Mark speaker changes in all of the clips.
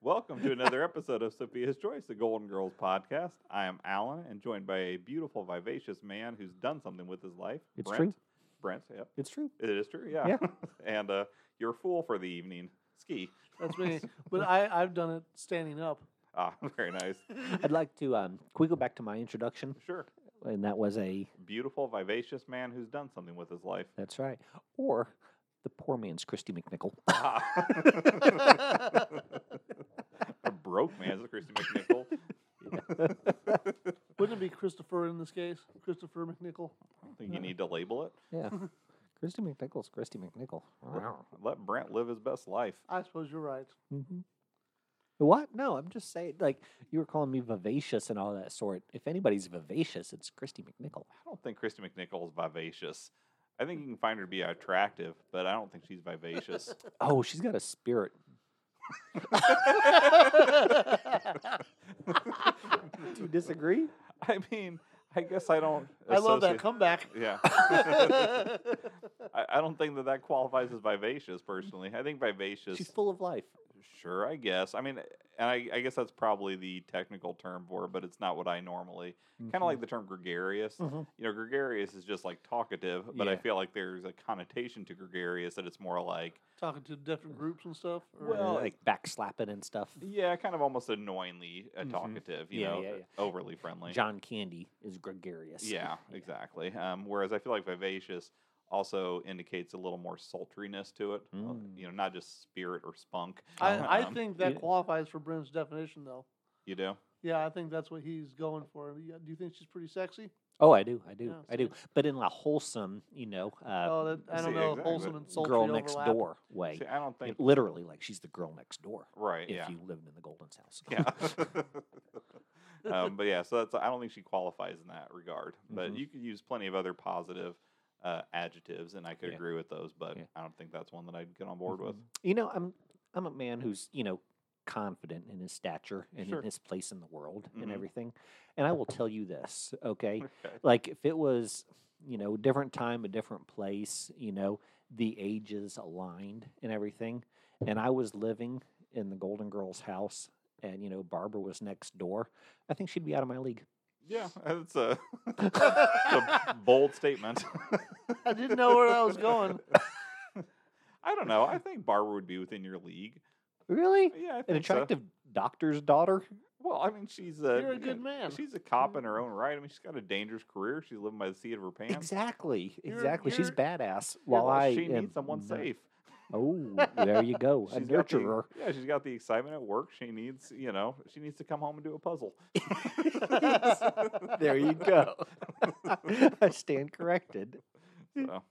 Speaker 1: welcome to another episode of Sophia's Choice, the Golden Girls podcast. I am Alan, and joined by a beautiful, vivacious man who's done something with his life.
Speaker 2: It's
Speaker 1: Brent.
Speaker 2: true.
Speaker 1: Brent, yep.
Speaker 2: It's true.
Speaker 1: It is true, yeah.
Speaker 2: Yeah.
Speaker 1: and uh, your fool for the evening, Ski.
Speaker 3: That's me. But I, I've done it standing up.
Speaker 1: Ah, very nice.
Speaker 2: I'd like to. Um, can we go back to my introduction?
Speaker 1: Sure.
Speaker 2: And that was a.
Speaker 1: Beautiful, vivacious man who's done something with his life.
Speaker 2: That's right. Or the poor man's Christy McNichol.
Speaker 1: Ah. a broke man is Christy McNichol.
Speaker 3: Wouldn't it be Christopher in this case? Christopher McNichol?
Speaker 1: I don't think
Speaker 2: Uh.
Speaker 1: you need to label it.
Speaker 2: Yeah. Christy McNichol's Christy McNichol. Wow.
Speaker 1: Let Brent live his best life.
Speaker 3: I suppose you're right.
Speaker 2: hmm What? No, I'm just saying. Like you were calling me vivacious and all that sort. If anybody's vivacious, it's Christy McNichol.
Speaker 1: I don't think Christy McNichol is vivacious. I
Speaker 3: Mm.
Speaker 1: think you can find her to be attractive, but I don't think she's vivacious.
Speaker 2: Oh, she's got a spirit. Do you disagree?
Speaker 1: I mean, I guess I don't.
Speaker 3: I love that
Speaker 1: associate-
Speaker 3: comeback.
Speaker 1: yeah, I, I don't think that that qualifies as vivacious. Personally, I think vivacious.
Speaker 2: She's full of life.
Speaker 1: Sure, I guess. I mean, and I, I guess that's probably the technical term for it, but it's not what I normally.
Speaker 3: Mm-hmm.
Speaker 1: Kind of like the term gregarious.
Speaker 2: Mhm.
Speaker 1: You know, gregarious is just like talkative, but I
Speaker 2: Yeah.
Speaker 1: feel like there's a connotation to gregarious that it's more like,
Speaker 3: Talking to different groups and stuff.
Speaker 2: Mm-hmm.
Speaker 3: or-
Speaker 1: Well,
Speaker 2: like backslapping and stuff.
Speaker 1: yeah, kind of almost annoyingly uh,
Speaker 2: Mhm.
Speaker 1: talkative, you
Speaker 2: Yeah,
Speaker 1: know,
Speaker 2: yeah,
Speaker 1: uh,
Speaker 2: yeah.
Speaker 1: overly friendly.
Speaker 2: John Candy is gregarious.
Speaker 1: yeah, exactly. Um, whereas I feel like vivacious also indicates a little more sultriness to it, uh,
Speaker 2: Mm.
Speaker 1: you know, not just spirit or spunk.
Speaker 3: I, I
Speaker 1: Um,
Speaker 3: think that
Speaker 2: yeah.
Speaker 3: qualifies for Brent's definition, though.
Speaker 1: You do? Yeah.
Speaker 3: Yeah, I think that's what he's going for. Yeah, Do you think she's pretty sexy?
Speaker 2: Oh, I do, I do,
Speaker 3: Yeah,
Speaker 2: I do.
Speaker 3: see.
Speaker 2: But in a wholesome, you know, uh,
Speaker 3: oh, that, I
Speaker 1: see,
Speaker 3: don't know.
Speaker 1: exactly,
Speaker 3: Wholesome
Speaker 1: but
Speaker 3: and sultry
Speaker 2: girl next
Speaker 3: overlap.
Speaker 2: door way.
Speaker 1: See, I don't think.
Speaker 2: It- literally, like she's the girl next door.
Speaker 1: Right,
Speaker 2: If
Speaker 1: yeah.
Speaker 2: you lived in the Golden's house.
Speaker 1: yeah. um, but yeah, so that's I don't think she qualifies in that regard. But
Speaker 2: Mhm.
Speaker 1: you could use plenty of other positive uh, adjectives, and I could
Speaker 2: Yeah.
Speaker 1: agree with those. But
Speaker 2: Yeah.
Speaker 1: I don't think that's one that I'd get on board with.
Speaker 2: Mhm. You know, I'm I'm a man who's you know confident in his stature and
Speaker 1: Sure.
Speaker 2: in his place in the world
Speaker 1: Mhm.
Speaker 2: and everything. And I will tell you this, okay?
Speaker 1: Okay.
Speaker 2: like if it was you know different time a different place you know the ages aligned and everything and i was living in the golden girls house and you know barbara was next door i think she'd be out of my league
Speaker 1: Yeah, that's uh, a, that's a bold statement.
Speaker 3: I didn't know where that was going.
Speaker 1: I don't know. I think Barbara would be within your league.
Speaker 2: really
Speaker 1: Yeah, I think so.
Speaker 2: an attractive doctor's daughter
Speaker 1: Well, I mean, she's a
Speaker 3: You're a good man.
Speaker 1: She's a cop in her own right. I mean, she's got a dangerous career. She's living by the seat of her pants.
Speaker 2: exactly
Speaker 3: You're-
Speaker 2: exactly she's
Speaker 3: you're-
Speaker 2: badass
Speaker 1: Yeah,
Speaker 2: while
Speaker 1: well,
Speaker 2: i
Speaker 1: she
Speaker 2: am
Speaker 1: needs someone
Speaker 2: not.
Speaker 1: safe.
Speaker 2: oh there you go a
Speaker 1: She's got the-
Speaker 2: nurturer
Speaker 1: yeah, she's got the excitement at work. She needs, you know, she needs to come home and do a puzzle.
Speaker 2: there you go i stand corrected
Speaker 1: So.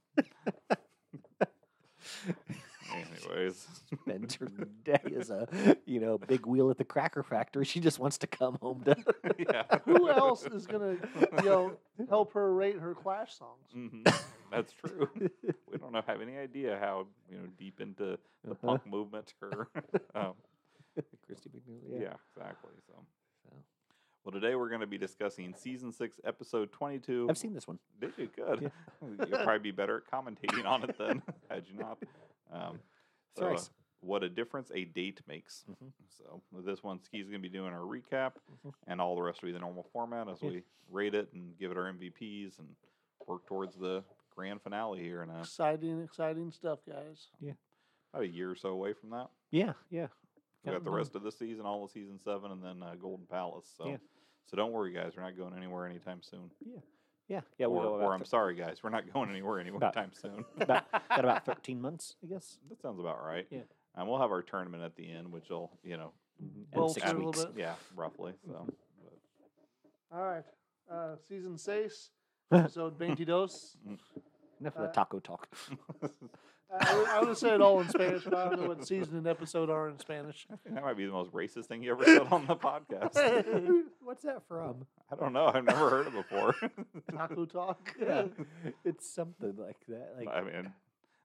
Speaker 1: Anyways,
Speaker 2: spends her day as a you know big wheel at the cracker factory. She just wants to come home to.
Speaker 1: yeah.
Speaker 3: Who else is gonna, you know, help her rate her Clash songs?
Speaker 2: Mm-hmm.
Speaker 1: Mhm, That's true. We don't know, have any idea how you know deep into the
Speaker 2: Uh-huh.
Speaker 1: punk movement her. um,
Speaker 2: Christy McNeely.
Speaker 1: yeah. exactly. So.
Speaker 2: So.
Speaker 1: well, today we're going to be discussing season six, episode twenty-two.
Speaker 2: I've seen this one.
Speaker 1: Did you? Good. You'll probably be better at commentating on it then, had you not. Um, so, uh,
Speaker 2: Thrice.
Speaker 1: what a difference a date makes.
Speaker 2: Mhm.
Speaker 1: So, with this one, Ski's going to be doing our recap,
Speaker 2: Mhm.
Speaker 1: and all the rest will be the normal format as
Speaker 2: Yeah.
Speaker 1: we rate it and give it our MVPs and work towards the grand finale here in a,
Speaker 3: Exciting, exciting stuff, guys.
Speaker 1: about a year or so away from that.
Speaker 2: Yeah, yeah.
Speaker 1: We got the
Speaker 2: Counting down.
Speaker 1: rest of the season, all of season seven, and then uh, Golden Palace. So,
Speaker 2: Yeah.
Speaker 1: so don't worry, guys. We're not going anywhere anytime soon.
Speaker 2: Yeah, yeah.
Speaker 1: or,
Speaker 2: We'll go
Speaker 1: or
Speaker 2: about,
Speaker 1: I'm sorry, guys. We're not going anywhere
Speaker 2: About-
Speaker 1: anytime soon.
Speaker 2: thir- about, got about thirteen months, I guess.
Speaker 1: That sounds about right.
Speaker 2: Yeah.
Speaker 1: And we'll have our tournament at the end, which will, you know,
Speaker 2: And
Speaker 3: Well,
Speaker 2: six
Speaker 1: for a
Speaker 3: little
Speaker 2: weeks.
Speaker 3: bit.
Speaker 1: yeah, roughly. So,
Speaker 3: All right. Uh, season 6, episode 22.
Speaker 2: Enough of
Speaker 3: Uh,
Speaker 2: the taco talk.
Speaker 3: I, I would- I would say it all in Spanish, but I don't know what season and episode are in Spanish.
Speaker 1: that might be the most racist thing you ever said on the podcast.
Speaker 2: What's that from?
Speaker 1: I don't know. I've never heard it before.
Speaker 3: Taco talk.
Speaker 2: Yeah, it's something like that. Like
Speaker 1: I mean,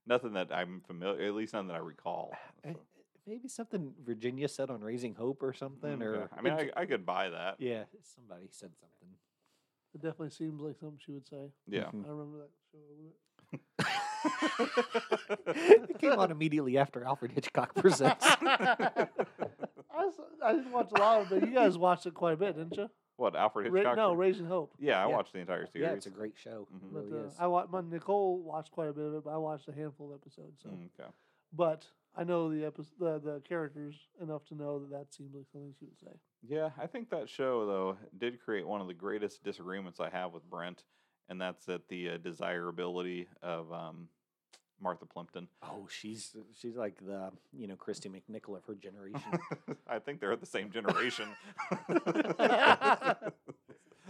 Speaker 1: nothing that I'm familiar, at least none that I recall.
Speaker 2: uh,
Speaker 1: So,
Speaker 2: maybe something Virginia said on Raising Hope or something,
Speaker 1: mm, yeah.
Speaker 2: or
Speaker 1: I mean,
Speaker 2: it-
Speaker 1: I, I could buy that. Yeah.
Speaker 2: yeah, somebody said something.
Speaker 3: It definitely seems like something she would say. I remember that show a little bit.
Speaker 2: it came on immediately after Alfred Hitchcock presents.
Speaker 3: I, s- I didn't watch a lot of it, but you guys watched it quite a bit, didn't you?
Speaker 1: What Alfred
Speaker 3: Ra-
Speaker 1: Hitchcock?
Speaker 3: no,
Speaker 1: thing?
Speaker 3: Raising Hope.
Speaker 1: yeah, I
Speaker 2: yeah.
Speaker 1: watched the entire series.
Speaker 2: Yeah, it's a great show. It
Speaker 1: Mhm.
Speaker 3: But,
Speaker 2: Mm, really
Speaker 3: uh,
Speaker 2: is.
Speaker 3: I wa- my Nicole watched quite a bit of it, but I watched a handful of episodes. So.
Speaker 1: Mm, okay.
Speaker 3: But I know the, epi- the the characters enough to know that that seems like something she would say.
Speaker 1: Yeah, I think that show though did create one of the greatest disagreements I have with Brent, and that's that the uh, desirability of um, Martha Plimpton.
Speaker 2: oh, she's she's like the you know Christy McNichol of her generation.
Speaker 1: I think they're the same generation,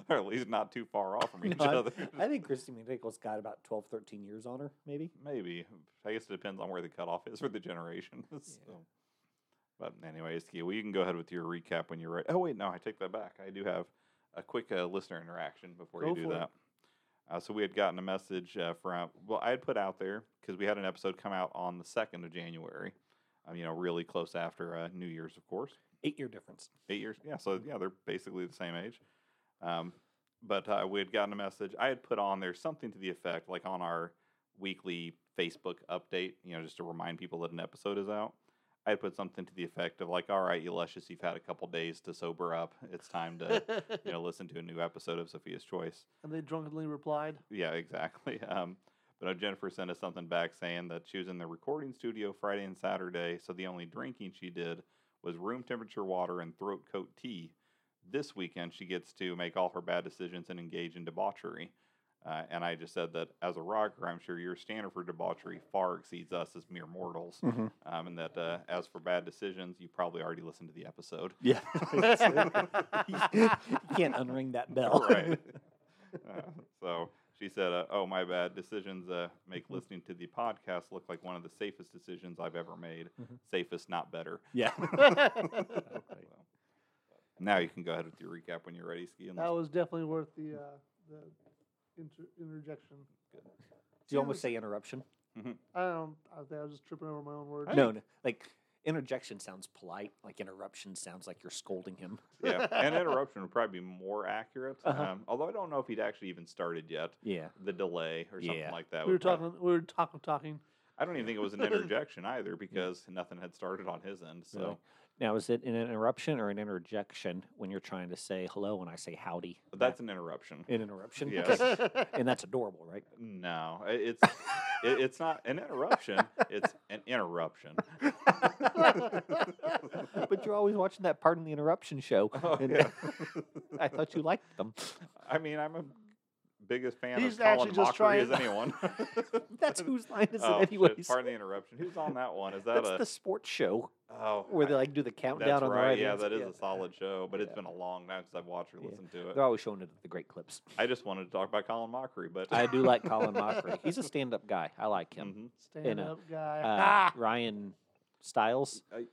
Speaker 1: or at least not too far off from each
Speaker 2: No, I-
Speaker 1: other.
Speaker 2: I think Christy McNichol's got about 12, 13 years on her, maybe.
Speaker 1: Maybe I guess it depends on where the cutoff is for the generation. so. But anyways, Kia, well, you can go ahead with your recap when you're ready. Oh wait, no, I take that back. I do have a quick uh, listener interaction before
Speaker 3: Go
Speaker 1: you do
Speaker 3: for it.
Speaker 1: that. Uh, so we had gotten a message uh, from well, I had put out there because we had an episode come out on the second of January. Um, you know, really close after uh, New Year's, of course.
Speaker 2: Eight year difference.
Speaker 1: Eight years. Yeah. So, yeah, they're basically the same age. Um, but uh, we had gotten a message. I had put on there something to the effect, like on our weekly Facebook update, you know, just to remind people that an episode is out. I had put something to the effect of, like, all right, you luscious, you've had a couple days to sober up. It's time to, you know, listen to a new episode of Sophia's Choice.
Speaker 3: and they drunkenly replied,
Speaker 1: Yeah, exactly. Um, but no, Jennifer sent us something back saying that she was in the recording studio Friday and Saturday, so the only drinking she did was room temperature water and throat coat tea. This weekend, she gets to make all her bad decisions and engage in debauchery. Uh, and I just said that as a rocker, I'm sure your standard for debauchery far exceeds us as mere mortals.
Speaker 2: Mhm.
Speaker 1: Um, and that uh, as for bad decisions, you probably already listened to the episode.
Speaker 2: Yeah. you can't unring that bell.
Speaker 1: right. Uh, so she said, uh, "Oh, my bad. Decisions uh, make
Speaker 3: Mm-hmm.
Speaker 1: listening to the podcast look like one of the safest decisions I've ever made.
Speaker 3: Mm-hmm.
Speaker 2: Mhm.
Speaker 1: Safest, not better."
Speaker 2: Yeah.
Speaker 1: So, now you can go ahead with your recap when you're ready, Ski. And
Speaker 3: "That was definitely worth the uh, the inter- interjection."
Speaker 2: Do you almost say interruption?
Speaker 3: I don't. I think I was just tripping over my own words.
Speaker 2: No, no. Like interjection sounds polite. Like interruption sounds like you're scolding him.
Speaker 1: yeah, and interruption would probably be more accurate.
Speaker 2: Uh-huh.
Speaker 1: Um, although I don't know if he'd actually even started yet.
Speaker 2: Yeah.
Speaker 1: The delay or something
Speaker 2: Yeah.
Speaker 1: like that.
Speaker 3: we were
Speaker 1: would prob-
Speaker 3: talking. We were talking. Talking.
Speaker 1: I don't even think it was an interjection either because nothing had started on his end. So.
Speaker 2: Really? Now, is it an interruption or an interjection when you're trying to say hello when I say howdy?
Speaker 1: but That's an interruption.
Speaker 2: an interruption.
Speaker 1: Yeah.
Speaker 2: Okay. and that's adorable, right?
Speaker 1: No, i- it's it, it's not an interruption. It's an interruption.
Speaker 2: But you're always watching that Pardon the Interruption show.
Speaker 1: Oh,
Speaker 2: and
Speaker 1: yeah.
Speaker 2: I thought you liked them.
Speaker 1: I mean, I'm a biggest fan
Speaker 3: He's
Speaker 1: of Colin
Speaker 3: actually just
Speaker 1: Mockery as
Speaker 3: trying-
Speaker 1: anyone.
Speaker 2: That's whose line is
Speaker 1: Oh,
Speaker 2: it,
Speaker 1: shit,
Speaker 2: anyways?
Speaker 1: Pardon the interruption. Who's on that one? Is that
Speaker 2: That's
Speaker 1: a
Speaker 2: the sports show
Speaker 1: oh
Speaker 2: where they
Speaker 1: I-
Speaker 2: like do the
Speaker 1: that's
Speaker 2: countdown on
Speaker 1: right.
Speaker 2: the right.
Speaker 1: yeah,
Speaker 2: hand
Speaker 1: that
Speaker 2: side.
Speaker 1: is a solid show, but it's
Speaker 2: Yeah.
Speaker 1: been a long time since I've watched or
Speaker 2: Yeah.
Speaker 1: listened to it.
Speaker 2: They're always showing it at the great clips.
Speaker 1: I just wanted to talk about Colin Mockery, but
Speaker 2: I do like Colin Mockery. He's a stand-up guy. I like him.
Speaker 1: Mhm.
Speaker 3: Stand
Speaker 2: a-
Speaker 3: up
Speaker 1: Mm-hmm.
Speaker 3: guy.
Speaker 2: Uh,
Speaker 3: Ah!
Speaker 2: Ryan Stiles,
Speaker 1: I- is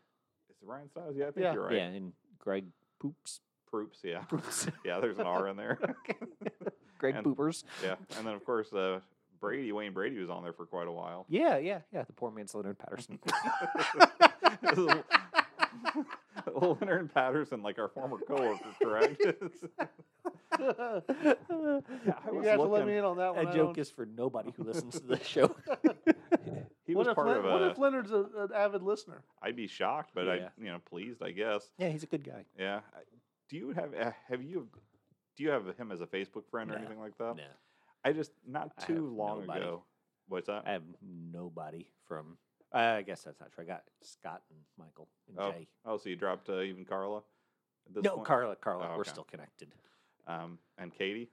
Speaker 1: it Ryan Stiles? Yeah, I think
Speaker 3: Yeah.
Speaker 1: you're right.
Speaker 2: yeah, and Greg Poops,
Speaker 1: Proops, yeah,
Speaker 2: Poops,
Speaker 1: yeah. There's an R in there.
Speaker 2: Greg
Speaker 1: And-
Speaker 2: Poopers.
Speaker 1: yeah, and then of course uh, Brady, Wayne Brady was on there for quite a while.
Speaker 2: Yeah, yeah, yeah. The poor man's Leonard Patterson.
Speaker 1: Leonard Patterson, like our former coworker, correct? I
Speaker 3: you
Speaker 1: was
Speaker 3: have to let
Speaker 1: looking-
Speaker 3: me in on that one.
Speaker 2: that
Speaker 3: I
Speaker 2: joke
Speaker 3: don't-
Speaker 2: is for nobody who listens to this show.
Speaker 1: he
Speaker 3: what
Speaker 1: was
Speaker 3: if
Speaker 1: part
Speaker 3: Len-
Speaker 1: of
Speaker 3: what
Speaker 1: a.
Speaker 3: if Leonard's a, an avid listener?
Speaker 1: would be shocked, but
Speaker 2: Yeah.
Speaker 1: I, you know, pleased, I guess.
Speaker 2: yeah, he's a good guy.
Speaker 1: Yeah. I- Do you have uh, have you do you have him as a Facebook friend or
Speaker 2: No,
Speaker 1: anything like that?
Speaker 2: No,
Speaker 1: I just not
Speaker 2: I have
Speaker 1: too long
Speaker 2: nobody.
Speaker 1: ago. What's that?
Speaker 2: I have nobody from. I guess that's not true. I got Scott and Michael and
Speaker 1: Oh,
Speaker 2: Jay.
Speaker 1: oh, so you dropped uh, even Carla? At this
Speaker 2: No,
Speaker 1: point?
Speaker 2: Carla, Carla,
Speaker 1: Oh,
Speaker 2: we're
Speaker 1: okay.
Speaker 2: still connected.
Speaker 1: Um, and Katie.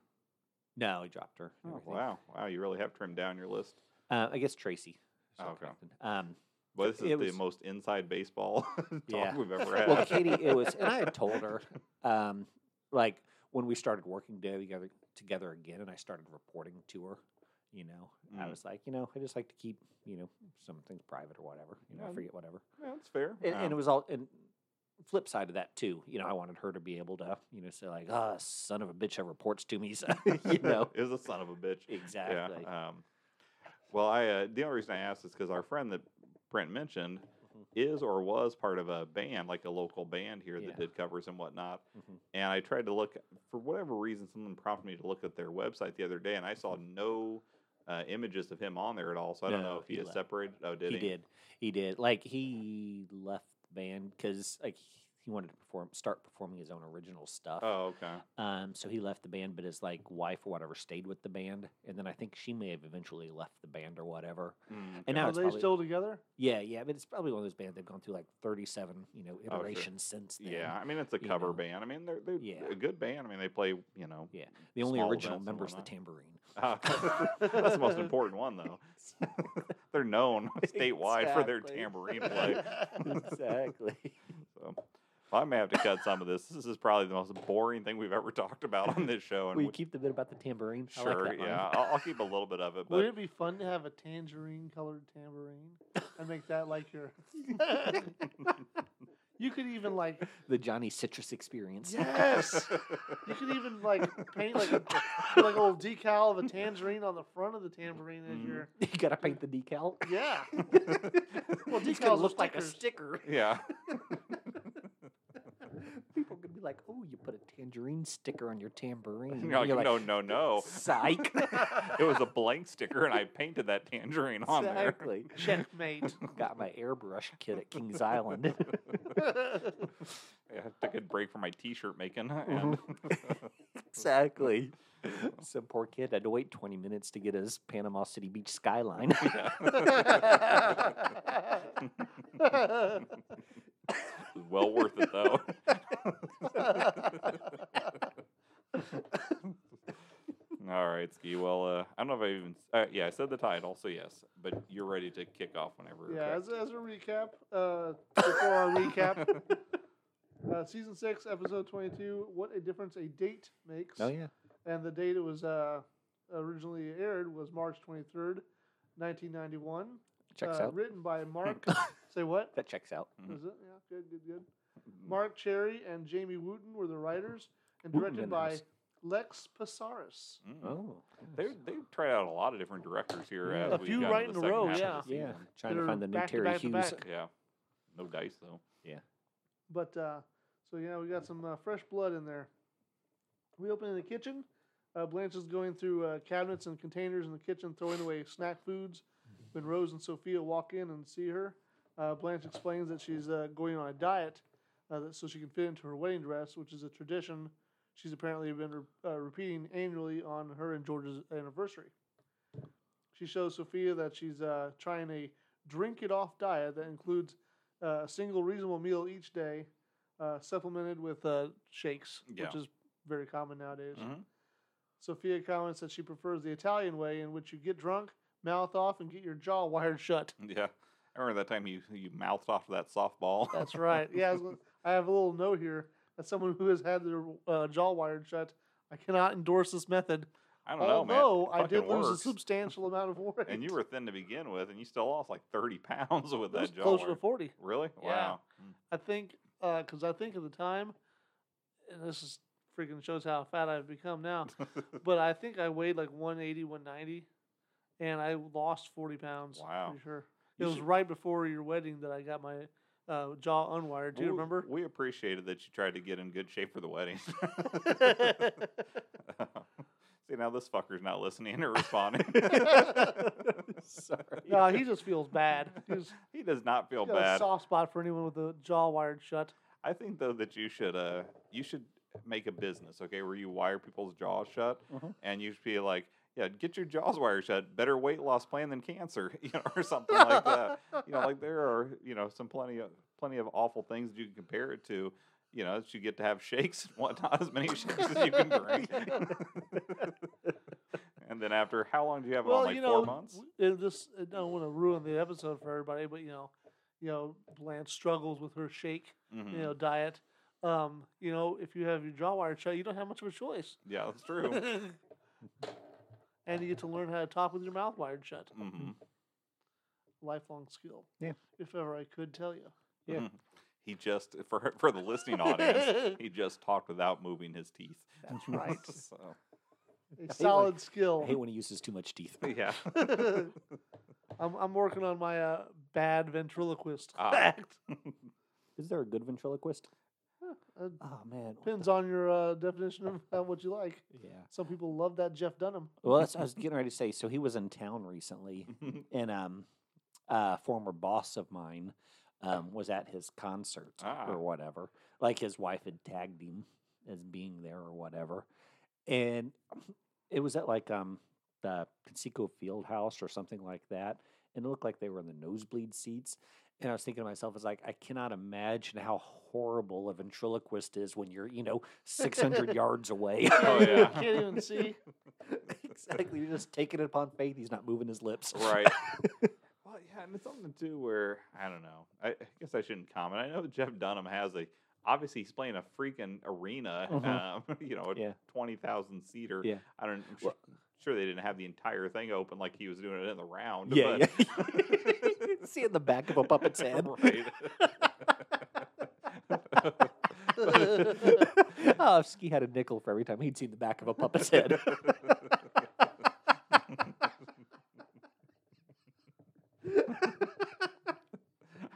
Speaker 2: No, I dropped her. and
Speaker 1: Oh,
Speaker 2: everything.
Speaker 1: wow, wow, you really have trimmed down your list.
Speaker 2: Uh, I guess Tracy. is still
Speaker 1: Oh, Okay.
Speaker 2: connected. Um,
Speaker 1: Well, this is
Speaker 2: It
Speaker 1: the
Speaker 2: was-
Speaker 1: most inside baseball talk
Speaker 2: Yeah.
Speaker 1: we've ever had.
Speaker 2: well, Katie, it was, and I had told her, um, like when we started working together together again, and I started reporting to her. You know, I
Speaker 1: Mm.
Speaker 2: was like, you know, I just like to keep, you know, some things private or whatever. You know, I
Speaker 1: Yeah.
Speaker 2: forget whatever.
Speaker 1: Yeah, that's fair.
Speaker 2: and, and it
Speaker 1: Um,
Speaker 2: was all and flip side of that too you know i wanted her to be able to you know say like ah son of a bitch that reports to me so, you know
Speaker 1: it was a son of a bitch.
Speaker 2: exactly
Speaker 1: Yeah. Um, well, I uh, the only reason I asked is because our friend that Brent mentioned
Speaker 2: Mhm.
Speaker 1: is or was part of a band, like a local band here
Speaker 2: Yeah.
Speaker 1: that did covers and whatnot.
Speaker 2: Mhm.
Speaker 1: And I tried to look for whatever reason, something prompted me to look at their website the other day, and I saw no uh, images of him on there at all. So I don't know
Speaker 2: Mm-hmm. No,
Speaker 1: if he,
Speaker 2: he
Speaker 1: is
Speaker 2: left.
Speaker 1: separated. Oh, did
Speaker 2: he
Speaker 1: he?
Speaker 2: did he did like he left the band because like he- he wanted to perform start performing his own original stuff.
Speaker 1: Oh, okay.
Speaker 2: Um, so he left the band, but his like wife or whatever stayed with the band, and then I think she may have eventually left the band or whatever.
Speaker 1: Mm,
Speaker 2: And now
Speaker 3: Are
Speaker 2: it's
Speaker 3: they
Speaker 2: probably,
Speaker 3: still together?
Speaker 2: yeah, yeah, but it's probably one of those bands they've gone through like thirty-seven, you know,
Speaker 1: Oh, sure.
Speaker 2: iterations since then.
Speaker 1: yeah, I mean it's a
Speaker 2: you
Speaker 1: cover
Speaker 2: know.
Speaker 1: band. I mean they're they're
Speaker 2: Yeah.
Speaker 1: a good band. I mean they play you know.
Speaker 2: Yeah. The only
Speaker 1: small
Speaker 2: original
Speaker 1: events and
Speaker 2: member's the
Speaker 1: whatnot.
Speaker 2: tambourine.
Speaker 1: Ah, That's the most important one though. they're known statewide for their
Speaker 2: Exactly.
Speaker 1: tambourine play.
Speaker 2: exactly.
Speaker 1: So I may have to cut some of this. This is probably the most boring thing we've ever talked about on this show. And
Speaker 2: Will you
Speaker 1: we-
Speaker 2: keep the bit about the tambourine? I like
Speaker 1: sure,
Speaker 2: that line.
Speaker 1: yeah, I'll, I'll keep a little bit of it,
Speaker 3: Would
Speaker 1: but
Speaker 3: it be fun to have a tangerine colored tambourine and make that like your? you could even like
Speaker 2: The Johnny Citrus experience.
Speaker 3: yes. You could even like paint like a like a little decal of a tangerine on the front of the tambourine as
Speaker 1: Mhm.
Speaker 2: Mm-hmm.
Speaker 3: your
Speaker 2: you gotta paint the decal.
Speaker 3: yeah. Well,
Speaker 2: it's gonna
Speaker 3: decals are
Speaker 2: look like a
Speaker 3: stickers.
Speaker 2: sticker.
Speaker 1: yeah,
Speaker 2: People are gonna be like, "Oh, you put a tangerine sticker on your tambourine."
Speaker 1: you're like, no, no, no.
Speaker 2: Psych.
Speaker 1: It was a blank sticker, and I painted that tangerine on there.
Speaker 2: exactly.
Speaker 3: checkmate.
Speaker 2: Got my airbrush kit at Kings Island.
Speaker 1: Yeah, I took a break from my T-shirt making, and
Speaker 2: exactly. Some poor kid had to wait 20 minutes to get his Panama City Beach skyline.
Speaker 1: well worth it though.
Speaker 2: Oh,
Speaker 1: All right, Ski. Well, uh, I don't know if I even. Uh, yeah, I said the title, so yes. But you're ready to kick off whenever.
Speaker 3: Yeah,
Speaker 1: correct?
Speaker 3: as, as a recap, uh, before our recap, uh, season six, episode twenty-two. What a difference a date makes.
Speaker 2: oh yeah.
Speaker 3: And the date it was uh, originally aired was March twenty-third, nineteen ninety-one.
Speaker 2: Checks
Speaker 3: uh,
Speaker 2: out.
Speaker 3: Written by Mark. say what?
Speaker 2: That checks out.
Speaker 1: Mhm.
Speaker 3: Is it? Yeah, good, good, good.
Speaker 1: Mm,
Speaker 3: Mark Cherry and Jamie Wooten were the writers, and
Speaker 2: Wooten
Speaker 3: directed
Speaker 2: in
Speaker 3: by
Speaker 2: house.
Speaker 3: Lex Pasaris.
Speaker 1: mm.
Speaker 2: Oh.
Speaker 1: They they tried out a lot of different directors here.
Speaker 2: Yeah.
Speaker 1: As
Speaker 2: A
Speaker 1: we've
Speaker 3: few
Speaker 1: gotten
Speaker 3: right
Speaker 1: to
Speaker 3: in
Speaker 1: the
Speaker 3: a
Speaker 1: second
Speaker 3: row,
Speaker 1: half of
Speaker 3: yeah.
Speaker 1: the
Speaker 2: Yeah.
Speaker 1: season.
Speaker 2: Trying to
Speaker 3: They're
Speaker 2: find the new
Speaker 3: back to
Speaker 2: Terry
Speaker 3: back to
Speaker 2: Hughes.
Speaker 3: back.
Speaker 1: Yeah. No dice though.
Speaker 3: But uh, so yeah, we got some uh, fresh blood in there. We open in the kitchen. Uh, Blanche is going through uh, cabinets and containers in the kitchen, throwing away snack foods. When Rose and Sophia walk in and see her, uh, Blanche explains that she's uh, going on a diet uh, that, so she can fit into her wedding dress, which is a tradition she's apparently been re- uh, repeating annually on her and George's anniversary. She shows Sophia that she's uh, trying a drink it off diet that includes uh, a single reasonable meal each day, uh, supplemented with uh, shakes,
Speaker 1: Yeah.
Speaker 3: which is very common nowadays.
Speaker 1: Mhm.
Speaker 3: Sophia comments that she prefers the Italian way, in which you get drunk, mouth off, and get your jaw wired shut.
Speaker 1: Yeah. I remember that time you you mouthed off that softball.
Speaker 3: That's right. Yeah, I, was gonna- I have a little note here. As someone who has had their uh, jaw wired shut, I cannot endorse this method.
Speaker 1: I don't know, man.
Speaker 3: Although
Speaker 1: It
Speaker 3: I did
Speaker 1: fucking
Speaker 3: lose a
Speaker 1: works.
Speaker 3: substantial amount of weight,
Speaker 1: And you were thin to begin with, and you still lost like 30 pounds with
Speaker 3: It was
Speaker 1: that jaw.
Speaker 3: closer to
Speaker 1: work.
Speaker 3: forty.
Speaker 1: Really?
Speaker 3: Yeah.
Speaker 1: Wow. Mm.
Speaker 3: I think because I think at the time, and this is freaking shows how fat I've become now. but I think I weighed like 180, 190, and I lost forty pounds.
Speaker 1: Wow.
Speaker 3: pretty sure it
Speaker 1: You
Speaker 3: was
Speaker 1: should-
Speaker 3: right before your wedding that I got my uh, jaw unwired. Do you
Speaker 1: Well,
Speaker 3: remember?
Speaker 1: We appreciated that you tried to get in good shape for the wedding. See, now this fucker's not listening or responding.
Speaker 2: Sorry.
Speaker 3: no, he just feels bad. He's
Speaker 1: he does not feel
Speaker 3: got a
Speaker 1: bad.
Speaker 3: soft spot for anyone with a jaw wired shut.
Speaker 1: I think though that you should uh you should make a business, okay, where you wire people's jaws shut
Speaker 2: Mhm.
Speaker 1: and you should be like, Yeah, get your jaws wired shut, better weight loss plan than cancer, you know, or something like that. You know, like there are, you know, some plenty of plenty of awful things that you can compare it to. You know, that you get to have shakes and whatnot, as many shakes as you can drink. and then after how long do you have it on? Like four months?
Speaker 3: w- and this I don't want to ruin the episode for everybody, but you know, you know, Blanche struggles with her shake,
Speaker 1: Mhm.
Speaker 3: you
Speaker 2: Mm-hmm.
Speaker 3: know, diet. Um, you know, if you have your jaw wired shut, you don't have much of a choice.
Speaker 1: Yeah, that's true.
Speaker 3: and you get to learn how to talk with your mouth wired shut.
Speaker 1: hmm
Speaker 3: Lifelong skill.
Speaker 2: Yeah.
Speaker 3: If ever I could tell you.
Speaker 2: Yeah.
Speaker 1: Mhm. He just for for the listening
Speaker 2: Oh,
Speaker 1: audience, he just talked without moving his teeth.
Speaker 3: That's right.
Speaker 1: so
Speaker 3: A solid skill.
Speaker 2: I hate when he uses too much teeth.
Speaker 1: yeah,
Speaker 3: I'm, I'm working on my uh, bad ventriloquist
Speaker 1: Ah.
Speaker 3: act.
Speaker 2: Is there a good ventriloquist?
Speaker 3: Uh,
Speaker 2: Oh man. what
Speaker 3: depends
Speaker 2: the-
Speaker 3: on your uh, definition of uh, what you like.
Speaker 2: Yeah.
Speaker 3: Some people love that Jeff Dunham.
Speaker 2: Well, that's what I was getting ready to say. So he was in town recently, and um, a former boss of mine um, was at his concert
Speaker 1: Ah.
Speaker 2: or whatever. Like his wife had tagged him as being there or whatever, and it was at like um the Conseco Field House or something like that, and it looked like they were in the nosebleed seats. And I was thinking to myself, it's like I cannot imagine how horrible a ventriloquist is when you're, you know, six hundred yards away.
Speaker 1: Oh,
Speaker 3: you
Speaker 1: yeah.
Speaker 3: can't even see.
Speaker 2: exactly. You're just taking it upon faith. He's not moving his lips.
Speaker 1: Right. well, yeah, and it's something too where I don't know. I, I guess I shouldn't comment. I know Jeff Dunham has a obviously he's playing a freaking arena,
Speaker 2: Mhm.
Speaker 1: um, you know, a
Speaker 2: Yeah.
Speaker 1: twenty thousand seater.
Speaker 2: Yeah.
Speaker 1: I don't. I'm su-
Speaker 2: Well-
Speaker 1: sure they didn't have the entire thing open like he was doing it in the round.
Speaker 2: Yeah.
Speaker 1: but-
Speaker 2: yeah. See in the back of a puppet's head.
Speaker 1: Right.
Speaker 2: oh, if Ski had a nickel for every time he'd seen the back of a puppet's head.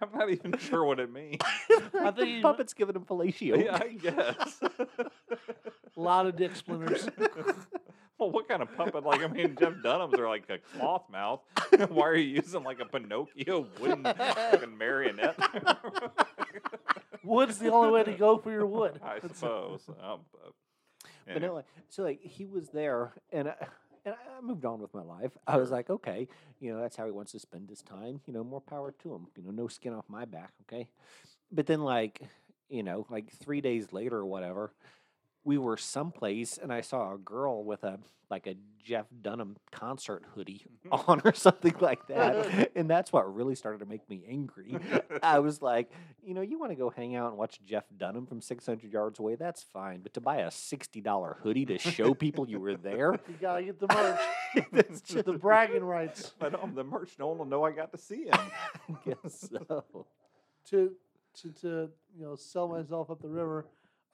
Speaker 1: I'm not even sure what it means.
Speaker 2: I
Speaker 3: think he-
Speaker 2: think puppet's giving him fellatio.
Speaker 1: Yeah, I guess.
Speaker 3: A lot of dick splinters.
Speaker 1: well, what kind of puppet? Like, I mean, Jeff Dunham's are like a cloth mouth. Why are you using like a Pinocchio wooden fucking marionette?
Speaker 3: Wood's the only way to go for your wood.
Speaker 1: I
Speaker 3: That's-
Speaker 1: suppose. Um, but
Speaker 2: But no,
Speaker 1: anyway.
Speaker 2: like, so like he was there, and I, and I moved on with my life. I was
Speaker 1: Sure.
Speaker 2: like, okay, you know, that's how he wants to spend his time. You know, more power to him. You know, no skin off my back. Okay, but then like, you know, like three days later or whatever, we were someplace, and I saw a girl with a like a Jeff Dunham concert hoodie on or something like that, and that's what really started to make me angry. I was like, you know, you want to go hang out and watch Jeff Dunham from 600 yards away? That's fine. But to buy a $60 hoodie to show people you were there,
Speaker 3: You gotta get the merch,
Speaker 2: that's just,
Speaker 3: the bragging rights.
Speaker 1: But um, the merch, no one will know I got to see him.
Speaker 2: I guess so.
Speaker 3: to to to you know sell myself up the river,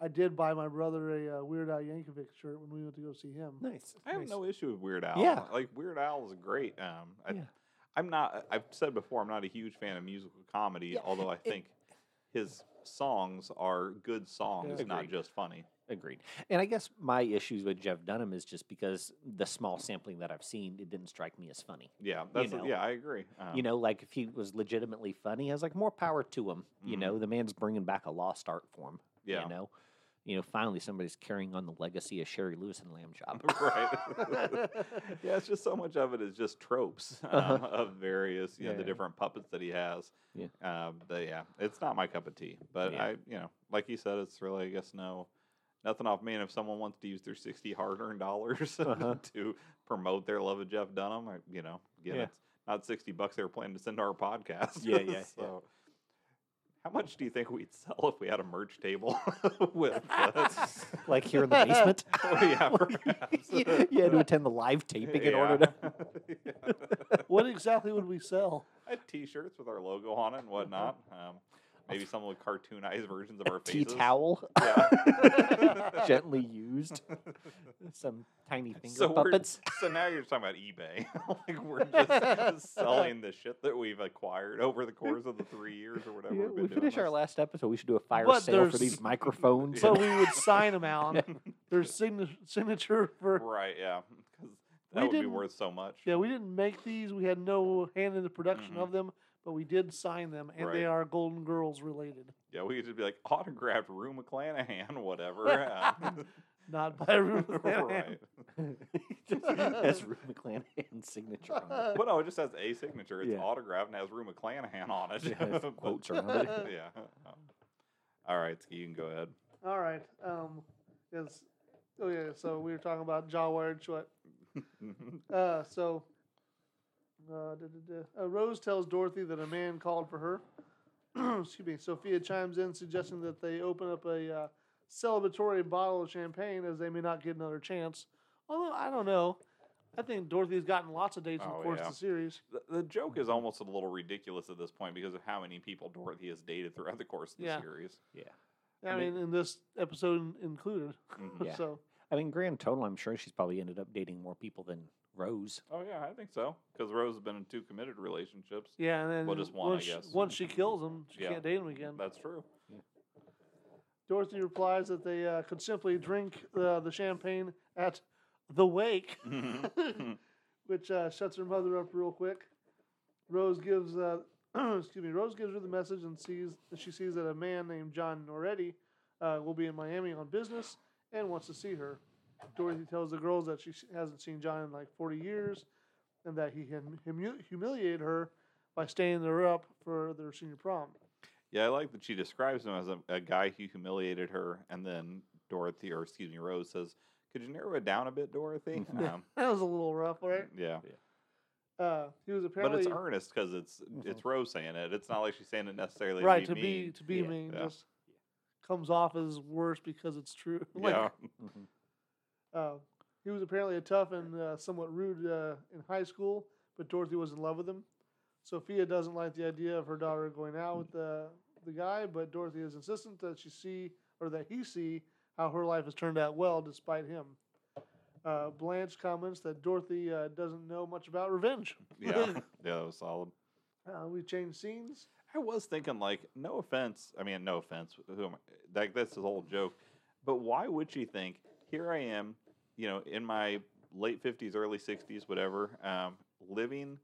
Speaker 3: I did buy my brother a uh, Weird Al Yankovic shirt when we went to go see him.
Speaker 2: Nice.
Speaker 1: I have
Speaker 2: nice.
Speaker 1: no issue with Weird Al.
Speaker 2: Yeah.
Speaker 1: like Weird Al is great. Um, I,
Speaker 2: Yeah.
Speaker 1: I'm not. I've said before, I'm not a huge fan of musical comedy.
Speaker 2: Yeah,
Speaker 1: although I
Speaker 2: it-
Speaker 1: think his songs are good songs, not
Speaker 2: Agreed.
Speaker 1: just funny.
Speaker 2: Agreed. And I guess my issues with Jeff Dunham is just because the small sampling that I've seen, it didn't strike me as funny.
Speaker 1: Yeah, that's
Speaker 2: know.
Speaker 1: yeah, I agree. Um,
Speaker 2: You know, like if he was legitimately funny, I was like, more power to him. You
Speaker 1: Mhm.
Speaker 2: know, the man's bringing back a lost art form.
Speaker 1: yeah,
Speaker 2: You know, you know, finally somebody's carrying on the legacy of Sherry Lewis and Lamb Chop.
Speaker 1: right. yeah, it's just so much of it is just tropes um,
Speaker 2: Uh-huh.
Speaker 1: of various, you know, the
Speaker 2: Yeah.
Speaker 1: different puppets that he has.
Speaker 2: Yeah.
Speaker 1: um, but yeah, it's not my cup of tea. But
Speaker 2: Yeah.
Speaker 1: I, you know, like you said, it's really, I guess, no, nothing off me. And if someone wants to use their sixty hard-earned dollars
Speaker 2: Uh-huh.
Speaker 1: to promote their love of Jeff Dunham, I, you know, again,
Speaker 2: Yeah.
Speaker 1: it's not sixty bucks they were planning to send to our podcast.
Speaker 2: Yeah, yeah, yeah.
Speaker 1: so. How much do you think we'd sell if we had a merch table with uh,
Speaker 2: like here in the basement.
Speaker 1: Oh, yeah, perhaps.
Speaker 2: you, you had to attend the live taping in order to.
Speaker 1: Yeah.
Speaker 3: What exactly would we sell?
Speaker 1: I had T-shirts with our logo on it and whatnot. Um, maybe some little cartoonized versions of our
Speaker 2: A tea
Speaker 1: faces.
Speaker 2: towel,
Speaker 1: Yeah.
Speaker 2: gently used. Some tiny finger
Speaker 1: So we're-
Speaker 2: puppets.
Speaker 1: so now you're talking about eBay. like we're just selling the shit that we've acquired over the course of the three years or whatever.
Speaker 2: Yeah,
Speaker 1: we've been
Speaker 2: we
Speaker 1: doing
Speaker 2: finish our
Speaker 1: this.
Speaker 2: last episode. We should do a fire
Speaker 3: But
Speaker 2: sale for
Speaker 3: there's-
Speaker 2: these microphones.
Speaker 3: So
Speaker 2: and-
Speaker 3: we would sign them, Alan. Their signa- signature for
Speaker 1: Right? Yeah, because that
Speaker 3: We
Speaker 1: would be
Speaker 3: didn't-
Speaker 1: worth so much.
Speaker 3: yeah. We didn't make these. We had no hand in the production
Speaker 1: Mhm.
Speaker 3: of them, but we did sign them, and they
Speaker 1: Right.
Speaker 3: are Golden Girls related.
Speaker 1: Yeah, we could just be like autographed Rue McClanahan, whatever. um,
Speaker 3: Not by Ruth.
Speaker 1: right.
Speaker 2: That's Rue McClanahan's signature on
Speaker 1: But no, it just has a signature. It's
Speaker 2: Yeah.
Speaker 1: autographed and has Rue McClanahan on it.
Speaker 2: it. It has
Speaker 1: But-
Speaker 2: quotes around it.
Speaker 1: yeah. Um, All right, Ski, you can go ahead.
Speaker 3: All right. Um. Yes. Oh yeah. So we were talking about Jaw Wired Short. Uh, so, uh, duh, duh, duh. Uh, Rose tells Dorothy that a man called for her. Excuse me. Sophia chimes in, suggesting that they open up a uh, celebratory bottle of champagne as they may not get another chance. Although, I don't know. I think Dorothy's gotten lots of dates in
Speaker 1: Oh,
Speaker 3: the course
Speaker 1: yeah.
Speaker 3: of the series.
Speaker 1: the, the joke
Speaker 3: Mm-hmm.
Speaker 1: is almost a little ridiculous at this point because of how many people Dorothy has dated throughout the course of the
Speaker 3: Yeah.
Speaker 1: series.
Speaker 3: I,
Speaker 1: I mean-
Speaker 3: mean, in this episode in- included.
Speaker 1: Mhm.
Speaker 2: Yeah.
Speaker 3: So,
Speaker 2: I mean, grand total, I'm sure she's probably ended up dating more people than Rose.
Speaker 1: Oh, yeah, I think so. Because Rose has been in two committed relationships.
Speaker 3: yeah. And then
Speaker 1: Well, just one, I
Speaker 3: once, she-
Speaker 1: guess.
Speaker 3: once she kills him, she
Speaker 1: Yeah.
Speaker 3: can't date him again.
Speaker 1: That's true.
Speaker 3: Dorothy replies that they uh, could simply drink uh, the champagne at the wake,
Speaker 1: Mhm.
Speaker 3: which uh, shuts her mother up real quick. Rose gives uh, excuse me. Rose gives her the message and sees and she sees that a man named John Noretti uh, will be in Miami on business and wants to see her. Dorothy tells the girls that she s- hasn't seen John in like 40 years and that he hum- humu- humiliated her by staying there up for their senior prom.
Speaker 1: Yeah, I like that she describes him as a, a guy who humiliated her, and then Dorothy, or excuse me, Rose says, "Could you narrow it down a bit, Dorothy?" um,
Speaker 3: That was a little rough, right?
Speaker 1: yeah,
Speaker 3: Uh, he was apparently
Speaker 1: but it's earnest because it's it's Rose saying it. It's not like she's saying it necessarily
Speaker 3: right
Speaker 1: to
Speaker 3: to
Speaker 1: be
Speaker 3: be
Speaker 1: mean.
Speaker 3: to be
Speaker 2: Yeah.
Speaker 3: mean
Speaker 1: Yeah.
Speaker 3: just comes off as worse because it's true. like,
Speaker 1: yeah,
Speaker 2: Mhm.
Speaker 3: Uh, he was apparently a tough and uh, somewhat rude uh, in high school, but Dorothy was in love with him. Sophia doesn't like the idea of her daughter going out with the the guy, but Dorothy is insistent that she see or that he see how her life has turned out well despite him. Uh, Blanche comments that Dorothy uh, doesn't know much about revenge.
Speaker 1: yeah, yeah. That was solid.
Speaker 3: Uh, we change scenes.
Speaker 1: I was thinking, like, no offense. I mean, no offense. Who am I? Like, that's his whole joke. But why would she think, here I am, you know, in my late 50s, early 60s, whatever, um, living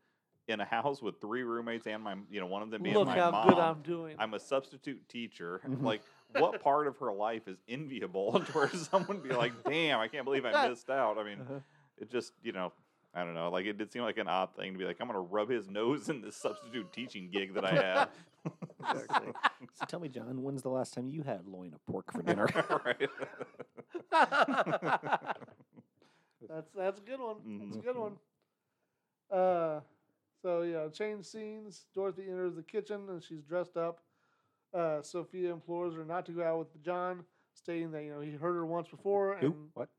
Speaker 1: in a house with three roommates and my, you know, one of them being
Speaker 3: Look
Speaker 1: my
Speaker 3: how
Speaker 1: mom.
Speaker 3: good I'm Mm-hmm. doing.
Speaker 1: I'm a substitute teacher. Like, what part of her life is enviable to where someone be like, damn, I can't believe I missed out? I mean,
Speaker 3: Uh-huh.
Speaker 1: it just, you know, I don't know. Like, it did seem like an odd thing to be like, I'm going to rub his nose in this substitute teaching gig that I have.
Speaker 2: Exactly. so tell me, John, when's the last time you had loin of pork for dinner?
Speaker 1: right.
Speaker 3: That's that's a good one. That's a
Speaker 2: Mhm.
Speaker 3: good one. Uh, so yeah, change scenes. Dorothy enters the kitchen and she's dressed up. Uh, Sophia implores her not to go out with John, stating that you know he hurt her once before.
Speaker 2: Who?
Speaker 3: And
Speaker 2: What?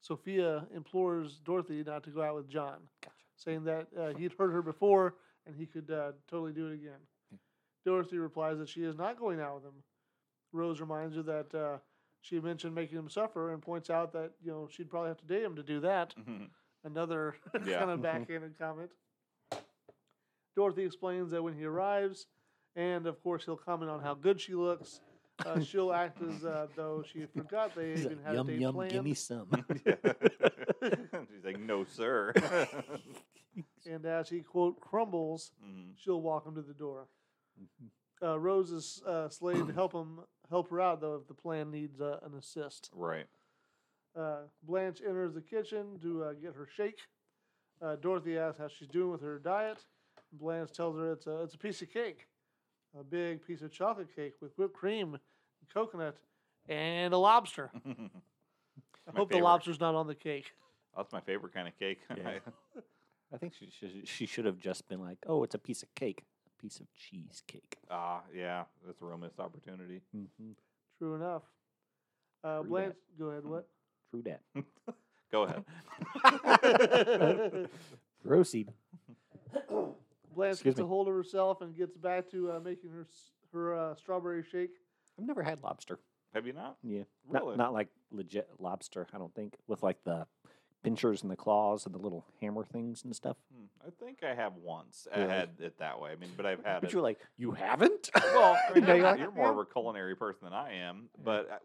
Speaker 3: Sophia implores Dorothy not to go out with John,
Speaker 2: Gotcha.
Speaker 3: saying that uh, he'd hurt her before and he could uh, totally do it again.
Speaker 2: Hmm.
Speaker 3: Dorothy replies that she is not going out with him. Rose reminds her that uh, she mentioned making him suffer and points out that you know she'd probably have to date him to do that
Speaker 1: Mhm.
Speaker 3: another
Speaker 1: Yeah.
Speaker 3: kind of backhanded comment. Dorothy explains that when he arrives, and of course he'll comment on how good she looks, uh, she'll act as uh, though she forgot they
Speaker 2: He's
Speaker 3: even
Speaker 2: like,
Speaker 3: had
Speaker 2: yum
Speaker 3: a date
Speaker 2: yum,
Speaker 3: planned.
Speaker 2: give me some.
Speaker 1: She's like, no, sir.
Speaker 3: And as he quote crumbles,
Speaker 2: Mm-hmm.
Speaker 1: Mhm.
Speaker 3: she'll walk him to the door. Uh, Rose is uh, slayed to help him help her out though if the plan needs uh, an assist.
Speaker 1: Right.
Speaker 3: Uh, Blanche enters the kitchen to uh, get her shake. Uh, Dorothy asks how she's doing with her diet. Blanche tells her it's a, it's a piece of cake, a big piece of chocolate cake with whipped cream, coconut, and a lobster. I
Speaker 1: My
Speaker 3: hope the
Speaker 1: favorite.
Speaker 3: lobster's not on the cake.
Speaker 1: That's my favorite kind of cake.
Speaker 2: Yeah. I think she should, she should have just been like, oh, it's a piece of cake, a piece of cheesecake.
Speaker 1: Ah, yeah. That's a real missed opportunity.
Speaker 2: Mm-hmm.
Speaker 3: True enough. Uh,
Speaker 2: True
Speaker 3: Blanche, go ahead. What?
Speaker 2: True that.
Speaker 1: Go ahead.
Speaker 2: Proceed.
Speaker 3: Blanche
Speaker 2: Excuse
Speaker 3: gets a
Speaker 2: me.
Speaker 3: hold of herself and gets back to uh, making her s- her uh, strawberry shake.
Speaker 2: I've never had lobster.
Speaker 1: Have you not?
Speaker 2: Yeah.
Speaker 1: Really?
Speaker 2: Not, not like legit lobster, I don't think, with like the pinchers and the claws and the little hammer things and stuff.
Speaker 1: Hmm, I think I have once. I
Speaker 2: Really?
Speaker 1: had it that way. I mean, but I've had
Speaker 2: But
Speaker 1: it.
Speaker 2: you're like, you haven't?
Speaker 1: Well, I mean,
Speaker 2: Now
Speaker 1: you're,
Speaker 2: you're like,
Speaker 1: you're more of a culinary person than I am, but I,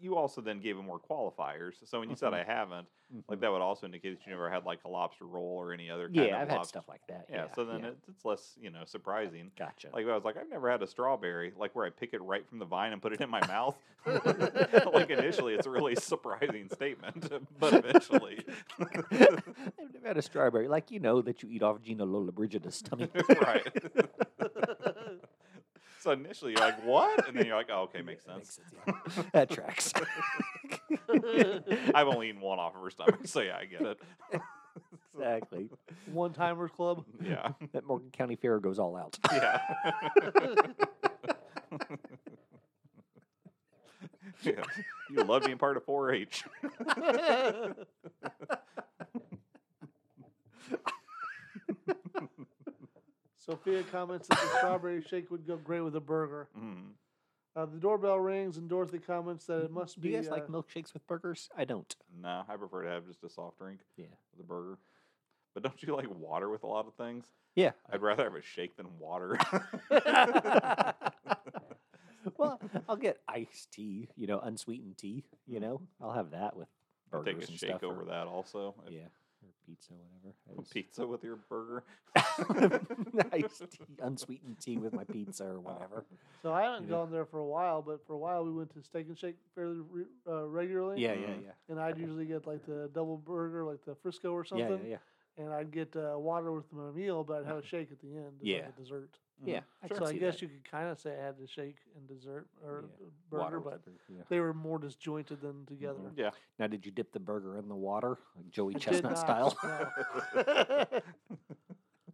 Speaker 1: you also then gave him more qualifiers. So when you said
Speaker 2: Mhm.
Speaker 1: I haven't, like
Speaker 2: Mhm.
Speaker 1: that would also indicate that you never had like a lobster roll or any other kind of
Speaker 2: yeah, I've had
Speaker 1: lobster-
Speaker 2: stuff like that.
Speaker 1: Yeah,
Speaker 2: Yeah.
Speaker 1: so then
Speaker 2: yeah.
Speaker 1: It, it's less, you know, surprising.
Speaker 2: Gotcha.
Speaker 1: Like if I was like, I've never had a strawberry, like where I pick it right from the vine and put it in my mouth. like initially, it's a really surprising statement, but eventually,
Speaker 2: I've never had a strawberry. Like, you know that you eat off Gina Lola Brigida's tummy.
Speaker 1: right. so initially, you're like, what? And then you're like, oh, okay, makes
Speaker 2: That
Speaker 1: sense.
Speaker 2: yeah. that tracks.
Speaker 1: I've only eaten one off of her stomach, so yeah, I get it.
Speaker 2: exactly.
Speaker 3: One timers club.
Speaker 1: Yeah,
Speaker 2: That Morgan County Fair goes all out.
Speaker 1: yeah. yeah. You love being part of 4-H.
Speaker 3: Sophia comments that the strawberry shake would go great with a burger.
Speaker 1: Mm.
Speaker 3: Uh, the doorbell rings, and Dorothy comments that it must
Speaker 2: Mm-hmm. Do
Speaker 3: be.
Speaker 2: you guys like
Speaker 3: uh,
Speaker 2: milkshakes with burgers? I don't.
Speaker 1: No, I prefer to have just a soft drink.
Speaker 2: Yeah.
Speaker 1: with a burger. But don't you like water with a lot of things?
Speaker 2: Yeah.
Speaker 1: I'd rather have a shake than water.
Speaker 2: well, I'll get iced tea, you know, unsweetened tea, you know. I'll have that with
Speaker 1: I'd
Speaker 2: burgers
Speaker 1: Hmm. Take a
Speaker 2: and
Speaker 1: shake
Speaker 2: stuff.
Speaker 1: over that also. If-
Speaker 2: Yeah. pizza, whatever. I was-
Speaker 1: Pizza with your burger.
Speaker 2: nice tea, unsweetened tea with my pizza or whatever.
Speaker 3: So I haven't
Speaker 2: Yeah.
Speaker 3: gone there for a while, but for a while we went to Steak and Shake fairly re- uh, regularly.
Speaker 2: Yeah, yeah,
Speaker 1: Mhm.
Speaker 2: yeah.
Speaker 3: And I'd usually get like the double burger, like the Frisco or something.
Speaker 2: Yeah, yeah, yeah. Uh-huh.
Speaker 3: And I'd get uh, water with my meal, but I'd have a shake at the end. as
Speaker 2: Yeah.
Speaker 3: Like a dessert.
Speaker 2: Yeah, I
Speaker 3: so I guess you could kind of say I had the shake and dessert or
Speaker 2: Yeah.
Speaker 3: uh, burger, but they were more disjointed than together.
Speaker 2: Mhm.
Speaker 1: Yeah.
Speaker 2: Now, did you dip the burger in the water, like Joey
Speaker 3: I did
Speaker 2: Chestnut
Speaker 3: not,
Speaker 2: style?
Speaker 1: Mm-hmm.
Speaker 3: no.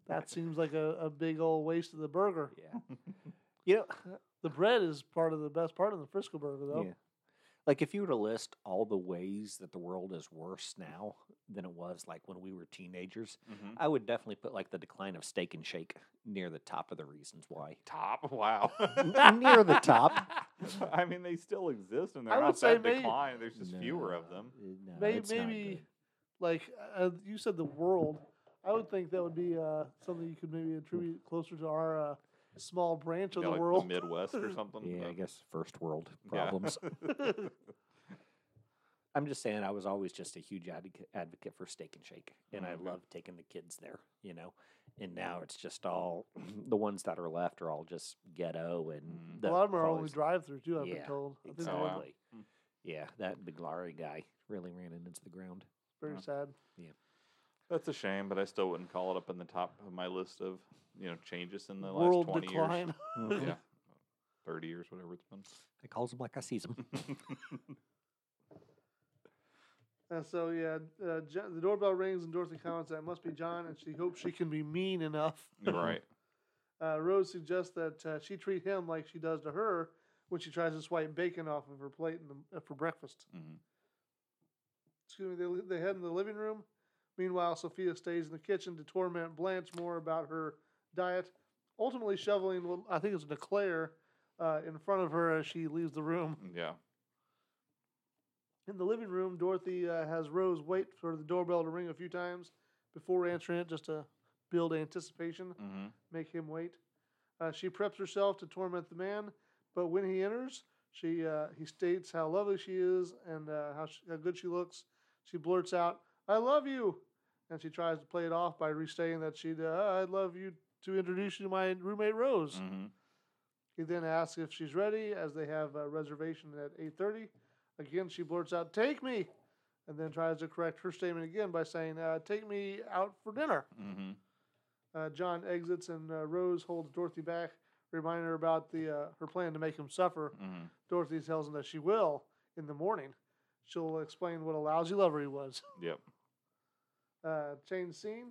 Speaker 3: that seems like a, a big old waste of the burger.
Speaker 2: yeah. You know,
Speaker 3: The bread is part of the best part of the Frisco burger, though.
Speaker 2: yeah. Like if you were to list all the ways that the world is worse now than it was like when we were teenagers,
Speaker 1: Mhm.
Speaker 2: I would definitely put like the decline of steak and shake near the top of the reasons why.
Speaker 1: Top. Wow.
Speaker 2: near the top.
Speaker 1: I mean, they still exist, and they're
Speaker 3: I would
Speaker 1: not
Speaker 3: say
Speaker 1: that
Speaker 3: may-
Speaker 1: decline. There's just fewer of
Speaker 2: No,
Speaker 1: them.
Speaker 2: uh, No,
Speaker 3: May-
Speaker 2: it's not
Speaker 3: maybe-
Speaker 2: good.
Speaker 3: Like uh, you said, the world. I would think that would be uh, something you could maybe attribute closer to our uh, small branch of
Speaker 1: Yeah,
Speaker 3: the
Speaker 1: like
Speaker 3: world.
Speaker 1: the Midwest or something.
Speaker 2: Yeah, I
Speaker 1: but-
Speaker 2: guess first world
Speaker 1: Yeah.
Speaker 2: problems. I'm just saying, I was always just a huge advoca- advocate for Steak and Shake, and I
Speaker 1: Okay.
Speaker 2: love taking the kids there, you know. And now it's just all the ones that are left are all just ghetto, and
Speaker 1: Mhm.
Speaker 2: the
Speaker 3: a lot of them are only
Speaker 2: follies-
Speaker 3: drive-through too. I've
Speaker 2: Yeah,
Speaker 3: been told. I think
Speaker 2: Exactly.
Speaker 3: they're
Speaker 1: Oh, wow. Mm.
Speaker 2: Yeah, that Biglari guy really ran it into the ground.
Speaker 3: very
Speaker 1: Yeah.
Speaker 3: sad.
Speaker 1: That's a shame, but I still wouldn't call it up in the top of my list of you know changes in the
Speaker 3: world
Speaker 1: last twenty
Speaker 3: decline.
Speaker 1: years. Yeah, thirty years, whatever it's been.
Speaker 2: I calls him like I sees him.
Speaker 3: Uh, so yeah, uh, Jo- the doorbell rings and Dorothy comments that it must be John, and she hopes she can be mean enough.
Speaker 1: You're right.
Speaker 3: Uh, Rose suggests that uh, she treat him like she does to her when she tries to swipe bacon off of her plate in the, uh, for breakfast.
Speaker 1: Mhm.
Speaker 3: Excuse me. They, they head in the living room. Meanwhile, Sophia stays in the kitchen to torment Blanche more about her diet, ultimately shoveling what I think is an eclair uh, in front of her as she leaves the room.
Speaker 1: Yeah.
Speaker 3: In the living room, Dorothy uh, has Rose wait for the doorbell to ring a few times before answering it, just to build anticipation,
Speaker 1: hmm
Speaker 3: make him wait. Uh, she preps herself to torment the man, but when he enters, she uh, he states how lovely she is and uh, how, she, how good she looks. She blurts out, "I love you," and she tries to play it off by restating that she'd uh, "I'd love you to introduce you to my roommate Rose."
Speaker 1: hmm
Speaker 3: He then asks if she's ready, as they have a reservation at 8:30. Again, she blurts out, "Take me," and then tries to correct her statement again by saying, uh, "Take me out for dinner."
Speaker 1: hmm
Speaker 3: Uh, John exits, and uh, Rose holds Dorothy back, reminding her about the uh, her plan to make him suffer.
Speaker 1: hmm
Speaker 3: Dorothy tells him that she will in the morning. She'll explain what a lousy lover he was.
Speaker 1: Yep.
Speaker 3: Uh, change scene.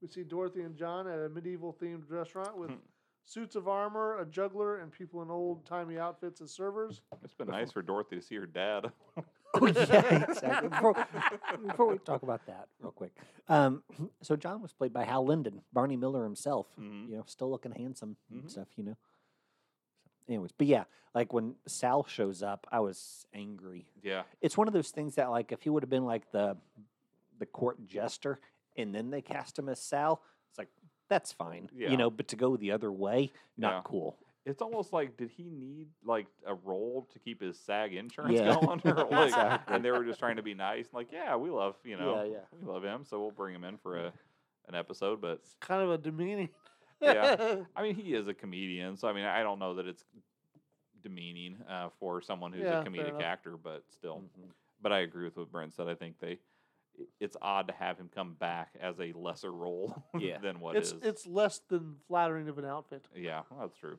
Speaker 3: We see Dorothy and John at a medieval themed restaurant with
Speaker 1: Hmm.
Speaker 3: suits of armor, a juggler, and people in old timey outfits as servers.
Speaker 1: It's been nice for Dorothy to see her dad.
Speaker 2: oh yeah, exactly. Before, before we talk about that real quick, um, so John was played by Hal Linden, Barney Miller himself.
Speaker 1: Mhm.
Speaker 3: Mm-hmm.
Speaker 2: You know, still looking handsome
Speaker 1: Mhm.
Speaker 2: and stuff. You know. So, anyways, but yeah, like when Sal shows up, I was angry.
Speaker 1: Yeah.
Speaker 2: It's one of those things that, like, if he would have been like the the court jester, and then they cast him as Sal, it's like that's fine,
Speaker 1: Yeah.
Speaker 2: you know. But to go the other way, not
Speaker 1: Yeah.
Speaker 2: cool.
Speaker 1: It's almost like did he need like a role to keep his SAG insurance
Speaker 2: Yeah.
Speaker 1: going? Or, like,
Speaker 2: Exactly.
Speaker 1: And they were just trying to be nice, like, yeah, we love you know,
Speaker 2: yeah.
Speaker 1: we love him, so we'll bring him in for a an episode. But
Speaker 3: kind of a demeaning.
Speaker 1: Yeah. I mean, he is a comedian, so I mean, I don't know that it's demeaning uh, for someone who's
Speaker 3: Yeah,
Speaker 1: a
Speaker 3: fair
Speaker 1: comedic
Speaker 3: enough.
Speaker 1: actor, but still.
Speaker 3: Mm-hmm.
Speaker 2: Mhm.
Speaker 1: But I agree with what Brent said. I think they, i- it's odd to have him come back as a lesser role
Speaker 2: Yeah.
Speaker 1: than what
Speaker 3: it's
Speaker 1: is.
Speaker 3: it's less than flattering of an outfit.
Speaker 1: yeah, well, that's true.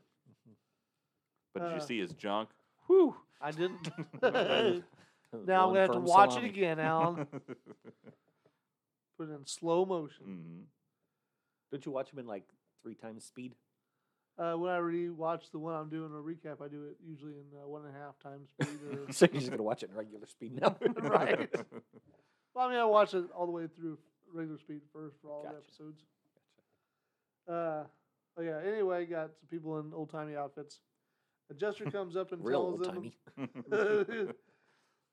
Speaker 1: But did
Speaker 3: Uh,
Speaker 1: you see his junk? Whew.
Speaker 3: I didn't.
Speaker 1: One
Speaker 3: now I'm
Speaker 2: One
Speaker 3: gonna have
Speaker 2: Mm-hmm.
Speaker 3: to
Speaker 2: firm
Speaker 3: watch
Speaker 2: salami.
Speaker 3: it again, Alan. Put it in slow
Speaker 2: Mm.
Speaker 3: motion.
Speaker 1: Mhm.
Speaker 2: Don't you watch him in like three times speed?
Speaker 3: Uh, when I rewatch the one I'm doing a recap, I do it usually in uh, one and a half times speed. Or,
Speaker 2: So you're just gonna watch it in regular speed now,
Speaker 3: Right. well, I mean, I watch it all the way through regular speed first for all
Speaker 2: Gotcha.
Speaker 3: the episodes. Uh, oh yeah. Anyway, got some people in old timey outfits. A jester comes up and
Speaker 2: Real
Speaker 3: tells
Speaker 2: old
Speaker 3: them.
Speaker 2: timey.
Speaker 1: Mm-hmm.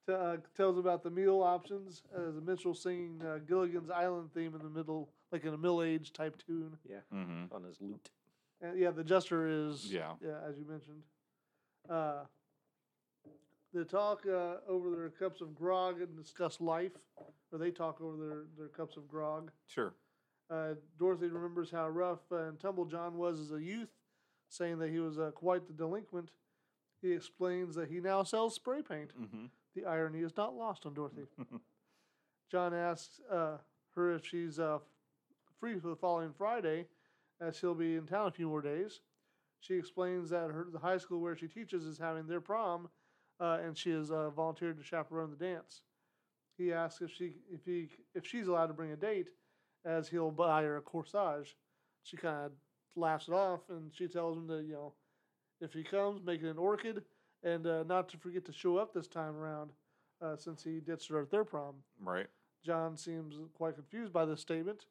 Speaker 3: T- uh, tells about the meal options as a minstrel singing uh, Gilligan's Island theme in the middle, like in a middle age type tune.
Speaker 2: Yeah,
Speaker 1: Mhm.
Speaker 2: on his lute.
Speaker 3: And yeah, the jester is
Speaker 1: Yeah.
Speaker 3: yeah, as you mentioned. Uh, They talk uh, over their cups of grog and discuss life, or they talk over their, their cups of grog.
Speaker 1: Sure.
Speaker 3: Uh, Dorothy remembers how rough and tumble John was as a youth, saying that he was uh, quite the delinquent. He explains that he now sells spray paint.
Speaker 1: Mm-hmm.
Speaker 3: The irony is not lost on Dorothy. John asks uh, her if she's uh, free for the following Friday, as she'll be in town a few more days. She explains that her, the high school where she teaches is having their prom, uh, and she has uh, volunteered to chaperone the dance. He asks if she if he if she's allowed to bring a date, as he'll buy her a corsage. She kind of laughs it off, and she tells him that you know, if he comes, make it an orchid, and uh, not to forget to show up this time around, uh, since he ditched her at their prom.
Speaker 1: Right.
Speaker 3: John seems quite confused by this statement.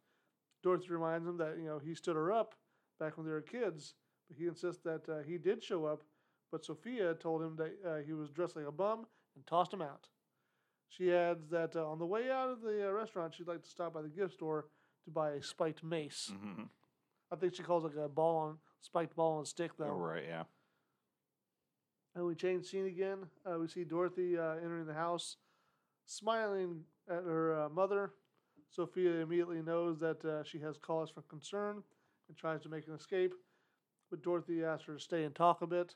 Speaker 3: Dorothy reminds him that you know he stood her up back when they were kids, but he insists that uh, he did show up. But Sophia told him that uh, he was dressed like a bum and tossed him out. She adds that uh, on the way out of the uh, restaurant, she'd like to stop by the gift store to buy a spiked mace.
Speaker 1: Mm-hmm.
Speaker 3: I think she calls it like a ball on spiked ball on a stick though.
Speaker 1: Right. Yeah.
Speaker 3: And we change scene again. Uh, we see Dorothy uh, entering the house, smiling at her uh, mother. Sophia immediately knows that uh, she has cause for concern and tries to make an escape. But Dorothy asks her to stay and talk a bit.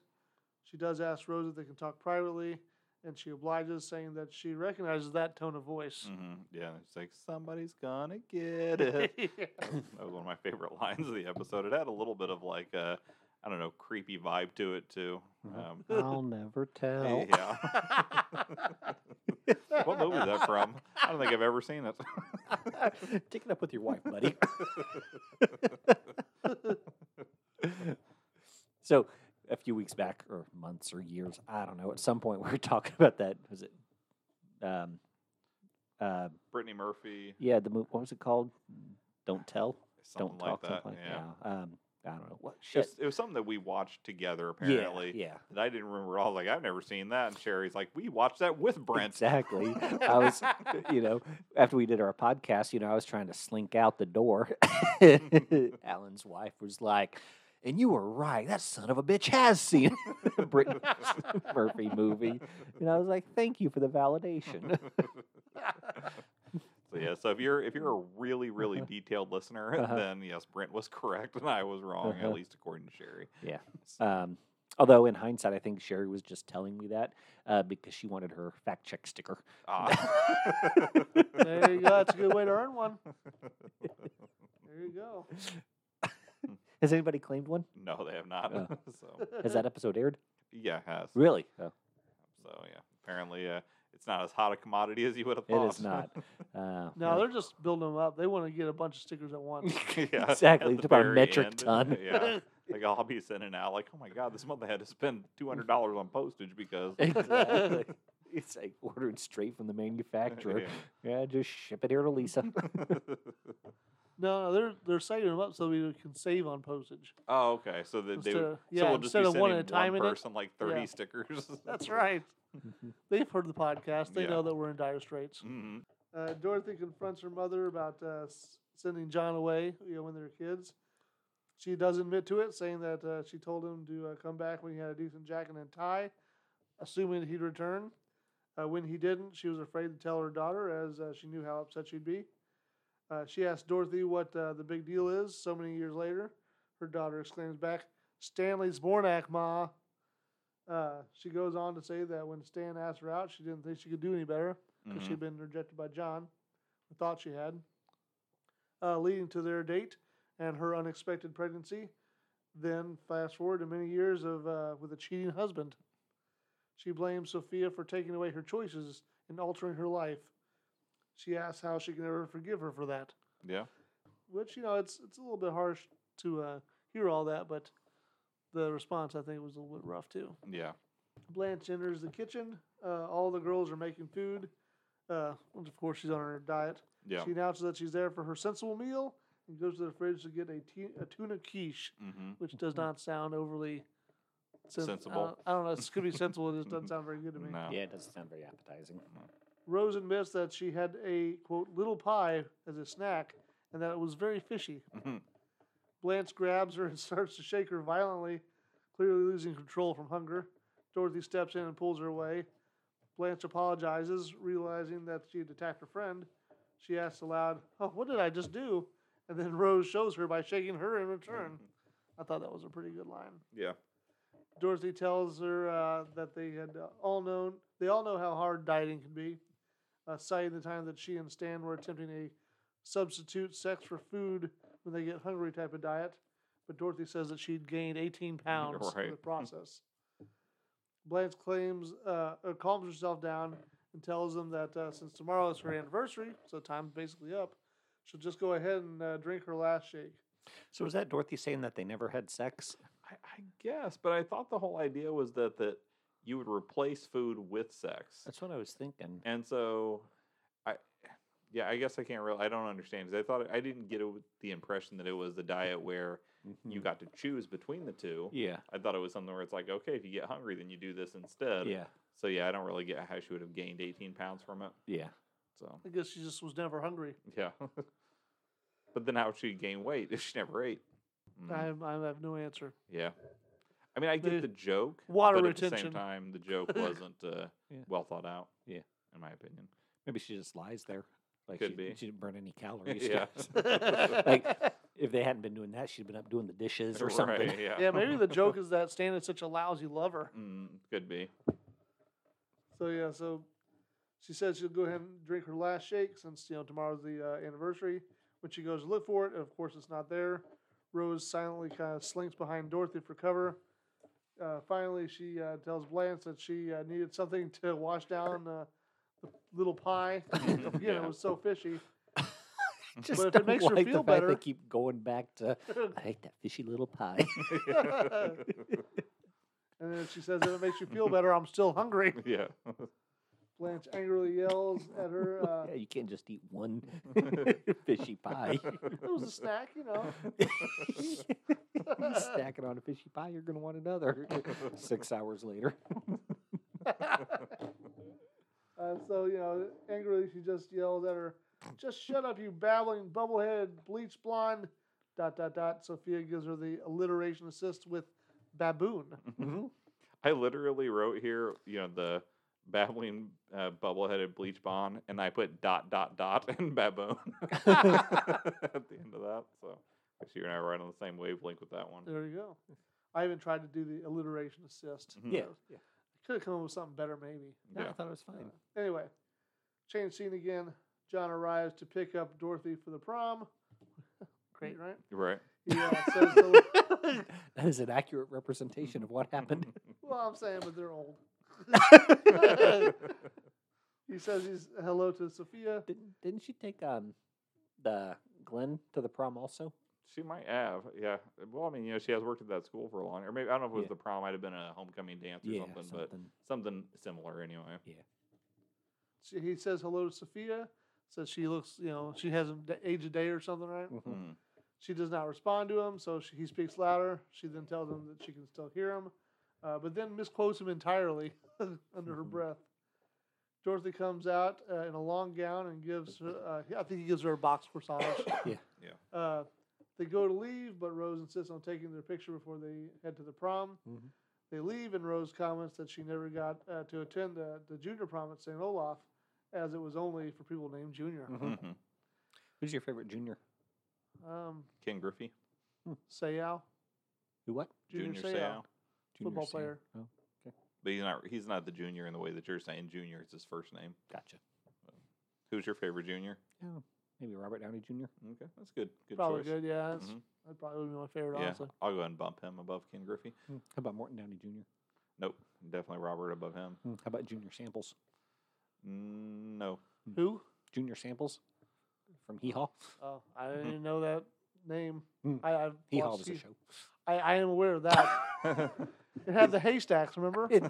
Speaker 3: She does ask Rose if they can talk privately, and she obliges, saying that she recognizes that tone of voice.
Speaker 1: Mm-hmm. Yeah. It's like somebody's gonna get it.
Speaker 3: Yeah.
Speaker 1: that was one of my favorite lines of the episode. It had a little bit of like uh, I don't know, creepy vibe to it too. Um,
Speaker 2: I'll never tell.
Speaker 1: yeah. what movie is that from? I don't think I've ever seen it.
Speaker 2: Take it up with your wife, buddy. so, a few weeks back, or months or years, I don't know. At some point, we were talking about that. Was it? Um, uh,
Speaker 1: Brittany Murphy.
Speaker 2: yeah, the movie. What was it called? Don't tell.
Speaker 1: Something
Speaker 2: don't
Speaker 1: like
Speaker 2: talk.
Speaker 1: that.
Speaker 2: something like-
Speaker 1: yeah.
Speaker 2: yeah. Um, I don't know what
Speaker 1: It
Speaker 2: shit.
Speaker 1: was, it was something that we watched together
Speaker 2: Yeah,
Speaker 1: apparently.
Speaker 2: yeah.
Speaker 1: That I didn't remember. I was like, I've never seen that. And Sherry's like, we watched that with Brent.
Speaker 2: Exactly. I was, you know, after we did our podcast, you know, I was trying to slink out the door. Alan's wife was like, and you were right. That son of a bitch has seen a Britt Murphy movie. And I was like, thank you for the validation.
Speaker 1: So yeah, so if you're if you're a really really
Speaker 2: Uh-huh.
Speaker 1: detailed listener,
Speaker 2: Uh-huh.
Speaker 1: then yes, Brent was correct and I was wrong,
Speaker 2: Uh-huh.
Speaker 1: at least according to Sherry.
Speaker 2: Yeah. Um, although, in hindsight, I think Sherry was just telling me that uh, because she wanted her fact check sticker.
Speaker 1: Ah.
Speaker 3: there you go. That's a good way to earn one. There you go.
Speaker 2: Has anybody claimed one?
Speaker 1: no, they have not.
Speaker 2: Oh.
Speaker 1: so
Speaker 2: Has that episode aired?
Speaker 1: yeah, it has.
Speaker 2: Really? Oh,
Speaker 1: So yeah, apparently uh, it's not as hot a commodity as you would have
Speaker 2: it
Speaker 1: thought.
Speaker 2: is not. Uh,
Speaker 3: No, they're just building them up. They want to get a bunch of stickers at once.
Speaker 1: yeah,
Speaker 2: Exactly,
Speaker 1: at
Speaker 2: to
Speaker 1: the
Speaker 2: our
Speaker 1: very
Speaker 2: metric ton.
Speaker 1: Yeah. Like I'll be sending out like, oh my god, this month I had to spend two hundred dollars on postage because
Speaker 2: Exactly. it's like ordering straight from the manufacturer.
Speaker 1: Yeah.
Speaker 2: Yeah, just ship it here to Lisa.
Speaker 3: No, no, they're they're saving them up so we can save on postage.
Speaker 1: Oh, okay. So that they
Speaker 3: Instead
Speaker 1: would,
Speaker 3: of- yeah,
Speaker 1: so we'll just
Speaker 3: instead
Speaker 1: be
Speaker 3: of one
Speaker 1: sending
Speaker 3: at a time
Speaker 1: one
Speaker 3: in it.
Speaker 1: person like thirty
Speaker 3: Yeah.
Speaker 1: stickers.
Speaker 3: That's right. They've heard the podcast. They
Speaker 1: Yeah.
Speaker 3: know that we're in dire straits.
Speaker 1: hmm
Speaker 3: Uh, Dorothy confronts her mother about uh, s- sending John away. You know, when they were kids, she does admit to it, saying that uh, she told him to uh, come back when he had a decent jacket and tie, assuming he'd return. Uh, when he didn't, she was afraid to tell her daughter, as uh, she knew how upset she'd be. Uh, she asks Dorothy what uh, the big deal is. So many years later, her daughter exclaims back, "Stanley's Bornak, Ma." Uh, she goes on to say that when Stan asked her out, she didn't think she could do any better
Speaker 1: mm-hmm.
Speaker 3: because she'd been rejected by John, or thought she had, uh, leading to their date and her unexpected pregnancy. Then fast forward to many years of uh, with a cheating husband. She blames Sophia for taking away her choices and altering her life. She asks how she can ever forgive her for that.
Speaker 1: Yeah.
Speaker 3: Which you know, it's it's a little bit harsh to uh, hear all that, but the response I think was a little bit rough too.
Speaker 1: Yeah.
Speaker 3: Blanche enters the kitchen. Uh, all the girls are making food. Uh, and of course, she's on her diet.
Speaker 1: Yeah.
Speaker 3: She announces that she's there for her sensible meal and goes to the fridge to get a, t- a tuna quiche,
Speaker 1: hmm
Speaker 3: which does not sound overly sen-
Speaker 1: Sensible.
Speaker 3: I don't, I don't know. This could be sensible. It just doesn't sound very good to me.
Speaker 1: No.
Speaker 2: Yeah, it doesn't sound very appetizing.
Speaker 3: Rose admits that she had a quote little pie as a snack and that it was very fishy.
Speaker 1: Mhm.
Speaker 3: Blanche grabs her and starts to shake her violently, clearly losing control from hunger. Dorothy steps in and pulls her away. Blanche apologizes, realizing that she had attacked her friend. She asks aloud, Oh, what did I just do? And then Rose shows her by shaking her in return.
Speaker 1: Mm-hmm.
Speaker 3: I thought that was a pretty good line.
Speaker 1: Yeah.
Speaker 3: Dorothy tells her uh, that they had uh, all known they all know how hard dieting can be, uh, citing the time that she and Stan were attempting a substitute sex for food when they get hungry type of diet. But Dorothy says that she'd gained 18 pounds in the
Speaker 1: right.
Speaker 3: process. Blanche claims uh, or calms herself down and tells them that uh, since tomorrow is her anniversary, so time's basically up, she'll just go ahead and uh, drink her last shake.
Speaker 2: So is that Dorothy saying that they never had sex?
Speaker 1: I, I guess, but I thought the whole idea was that that you would replace food with sex,
Speaker 2: That's what I was thinking.
Speaker 1: and so I, yeah, I guess I can't really. I don't understand 'cause I thought I didn't get it, the impression that it was the diet where you
Speaker 2: Mhm.
Speaker 1: got to choose between the two.
Speaker 2: yeah,
Speaker 1: I thought it was something where it's like, okay, if you get hungry, then you do this instead.
Speaker 2: yeah,
Speaker 1: So yeah, I don't really get how she would have gained 18 pounds from it.
Speaker 2: yeah.
Speaker 1: So
Speaker 3: I guess she just was never hungry.
Speaker 1: yeah, but then how would she gain weight if she never ate? Mm,
Speaker 3: I, have- I have no answer.
Speaker 1: yeah, I mean, I get
Speaker 3: There's
Speaker 1: the joke.
Speaker 3: water
Speaker 1: but At the
Speaker 3: retention.
Speaker 1: same time, the joke wasn't uh,
Speaker 2: Yeah.
Speaker 1: well thought out.
Speaker 2: Yeah.
Speaker 1: in my opinion.
Speaker 2: Maybe she just lies there. Like
Speaker 1: Could
Speaker 2: she,
Speaker 1: be.
Speaker 2: she didn't burn any calories.
Speaker 1: Yeah.
Speaker 2: like if they hadn't been doing that, she'd been up doing the dishes or something.
Speaker 1: Right, yeah.
Speaker 3: Yeah, maybe the joke is that Stan is such a lousy lover.
Speaker 1: Mm, could be.
Speaker 3: So yeah, so she says she'll go ahead and drink her last shake since you know tomorrow's the uh, anniversary. When she goes to look for it, of course it's not there. Rose silently kind of slinks behind Dorothy for cover. Uh, finally, she uh, tells Blanche that she uh, needed something to wash down uh, the little pie. you know,
Speaker 1: Yeah.
Speaker 3: it was so fishy.
Speaker 2: Just
Speaker 3: if it
Speaker 2: don't
Speaker 3: makes her
Speaker 2: like
Speaker 3: feel
Speaker 2: the fact
Speaker 3: better-
Speaker 2: they keep going back to I like that fishy little pie.
Speaker 3: And then she says that it makes you feel better. I'm still hungry.
Speaker 1: yeah.
Speaker 3: Blanche angrily yells at her. Uh,
Speaker 2: yeah, you can't just eat one fishy pie.
Speaker 3: it was a snack, you know.
Speaker 2: you stacking on a fishy pie, you're gonna want another. Six hours later.
Speaker 3: Uh, so you know, angrily she just yells at her, "Just shut up, you babbling bubblehead, bleach blonde." Dot dot dot. Sophia gives her the alliteration assist with baboon.
Speaker 1: I literally wrote here, you know, the babbling uh, bubble-headed bleach bond, and I put dot dot dot and baboon at the end of that. So I guess you and I were right on the same wavelength with that one.
Speaker 3: There you go. I even tried to do the alliteration assist.
Speaker 1: Mhm.
Speaker 2: Mm-hmm. Yeah. yeah.
Speaker 3: could have come up with something better, maybe.
Speaker 2: No,
Speaker 3: Uh,
Speaker 2: I
Speaker 1: Yeah.
Speaker 2: thought it was fine.
Speaker 3: Anyway, change scene again. John arrives to pick up Dorothy for the prom. Great, right?
Speaker 1: Right.
Speaker 3: Yeah. says the,
Speaker 2: That is an accurate representation of what
Speaker 1: Mm-hmm.
Speaker 2: happened.
Speaker 3: well, I'm saying, but they're old.
Speaker 1: Mm-hmm.
Speaker 3: he says he's hello to Sophia.
Speaker 2: Didn't didn't she take um the Glenn to the prom also?
Speaker 1: She might have, yeah. Well, I mean, you know, she has worked at that school for a long, or maybe I don't know if it was
Speaker 2: Yeah.
Speaker 1: the prom. Might have been a homecoming dance or something, but something similar anyway.
Speaker 3: She, he says hello to Sophia. Says she looks, you know, she hasn't d- aged a day or something, right?
Speaker 2: Mhm.
Speaker 1: Mm.
Speaker 3: She does not respond to him, so she, he speaks louder. She then tells him that she can still hear him, uh, but then misquotes him entirely under her
Speaker 1: Mhm.
Speaker 3: breath. Dorothy comes out uh, in a long gown and gives her, uh, I think he gives her a box corsage.
Speaker 2: Yeah.
Speaker 1: Yeah.
Speaker 3: Uh, they go to leave, but Rose insists on taking their picture before they head to the prom.
Speaker 2: Mhm.
Speaker 3: They leave, and Rose comments that she never got uh, to attend the, the junior prom at St. Olaf, as it was only for people named Junior.
Speaker 1: Mhm.
Speaker 2: Who's your favorite junior?
Speaker 3: Um,
Speaker 1: Ken Griffey,
Speaker 3: Sayao,
Speaker 2: Who what?
Speaker 3: Junior,
Speaker 1: Junior Seau.
Speaker 3: Sayao.
Speaker 2: Junior
Speaker 3: Football
Speaker 2: Sam.
Speaker 3: player.
Speaker 2: Oh,
Speaker 1: But he's not he's not the junior in the way that you're saying junior is his first name.
Speaker 2: gotcha.
Speaker 1: Who's your favorite junior?
Speaker 2: Oh, maybe Robert Downey Jr.
Speaker 1: Okay, that's good. Good
Speaker 3: Probably
Speaker 1: choice.
Speaker 3: good, yeah. That's,
Speaker 1: Mhm.
Speaker 3: That probably would be my favorite,
Speaker 1: Yeah,
Speaker 3: honestly.
Speaker 1: I'll go ahead and bump him above Ken Griffey.
Speaker 2: Hmm. How about Morton Downey Jr.?
Speaker 1: Nope, definitely Robert above him.
Speaker 2: Hmm. How about Junior Samples?
Speaker 1: Mm, No,
Speaker 3: Who?
Speaker 2: Junior Samples from Hee Haw.
Speaker 3: Oh, I
Speaker 1: Mm-hmm.
Speaker 3: didn't even know that name.
Speaker 2: Mm.
Speaker 3: I, I've
Speaker 2: Hee Haw
Speaker 3: watched
Speaker 2: was a
Speaker 3: Hee-
Speaker 2: show.
Speaker 3: I, I am aware of that. it had the haystacks, remember?
Speaker 2: Did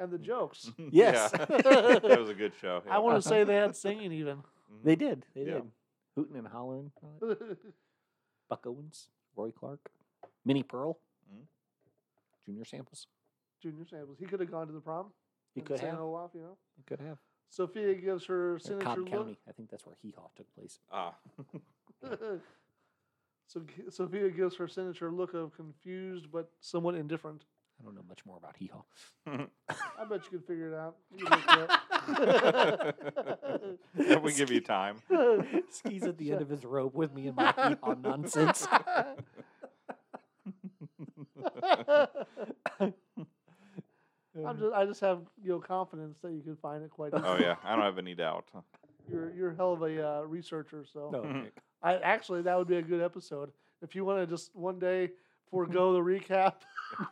Speaker 3: and the jokes.
Speaker 1: Mm-hmm.
Speaker 2: Yes.
Speaker 1: Yeah. that was a good show. Mm-hmm.
Speaker 3: I want to say they had singing even.
Speaker 2: they did? They
Speaker 1: Yeah.
Speaker 2: did. Hooting and hollering. all that. Buck Owens, Roy Clark, Minnie Pearl,
Speaker 1: Mhm.
Speaker 2: Junior Samples.
Speaker 3: Junior Samples. He could have gone to the prom.
Speaker 2: He
Speaker 3: in
Speaker 2: could
Speaker 3: San
Speaker 2: have.
Speaker 3: Olaf, you know.
Speaker 2: He could have.
Speaker 3: Sophia gives her
Speaker 2: Or Cobb
Speaker 3: signature
Speaker 2: County. I think that's where Hee Haw took place.
Speaker 1: ah,
Speaker 3: look. so Sophia gives her signature look of confused but somewhat indifferent.
Speaker 2: I don't know much more about hee haw.
Speaker 3: I bet you could figure it out. You can look
Speaker 1: If we give you time.
Speaker 3: it up.
Speaker 2: Skis at the end of his rope with me and my hee haw nonsense.
Speaker 3: I'm just, I just have you know confidence that you can find it quite. Easily.
Speaker 1: Oh yeah, I don't have any doubt.
Speaker 3: You're you're a hell of a uh, researcher. So
Speaker 2: No, okay.
Speaker 3: I actually that would be a good episode if you want to just one day forego the recap.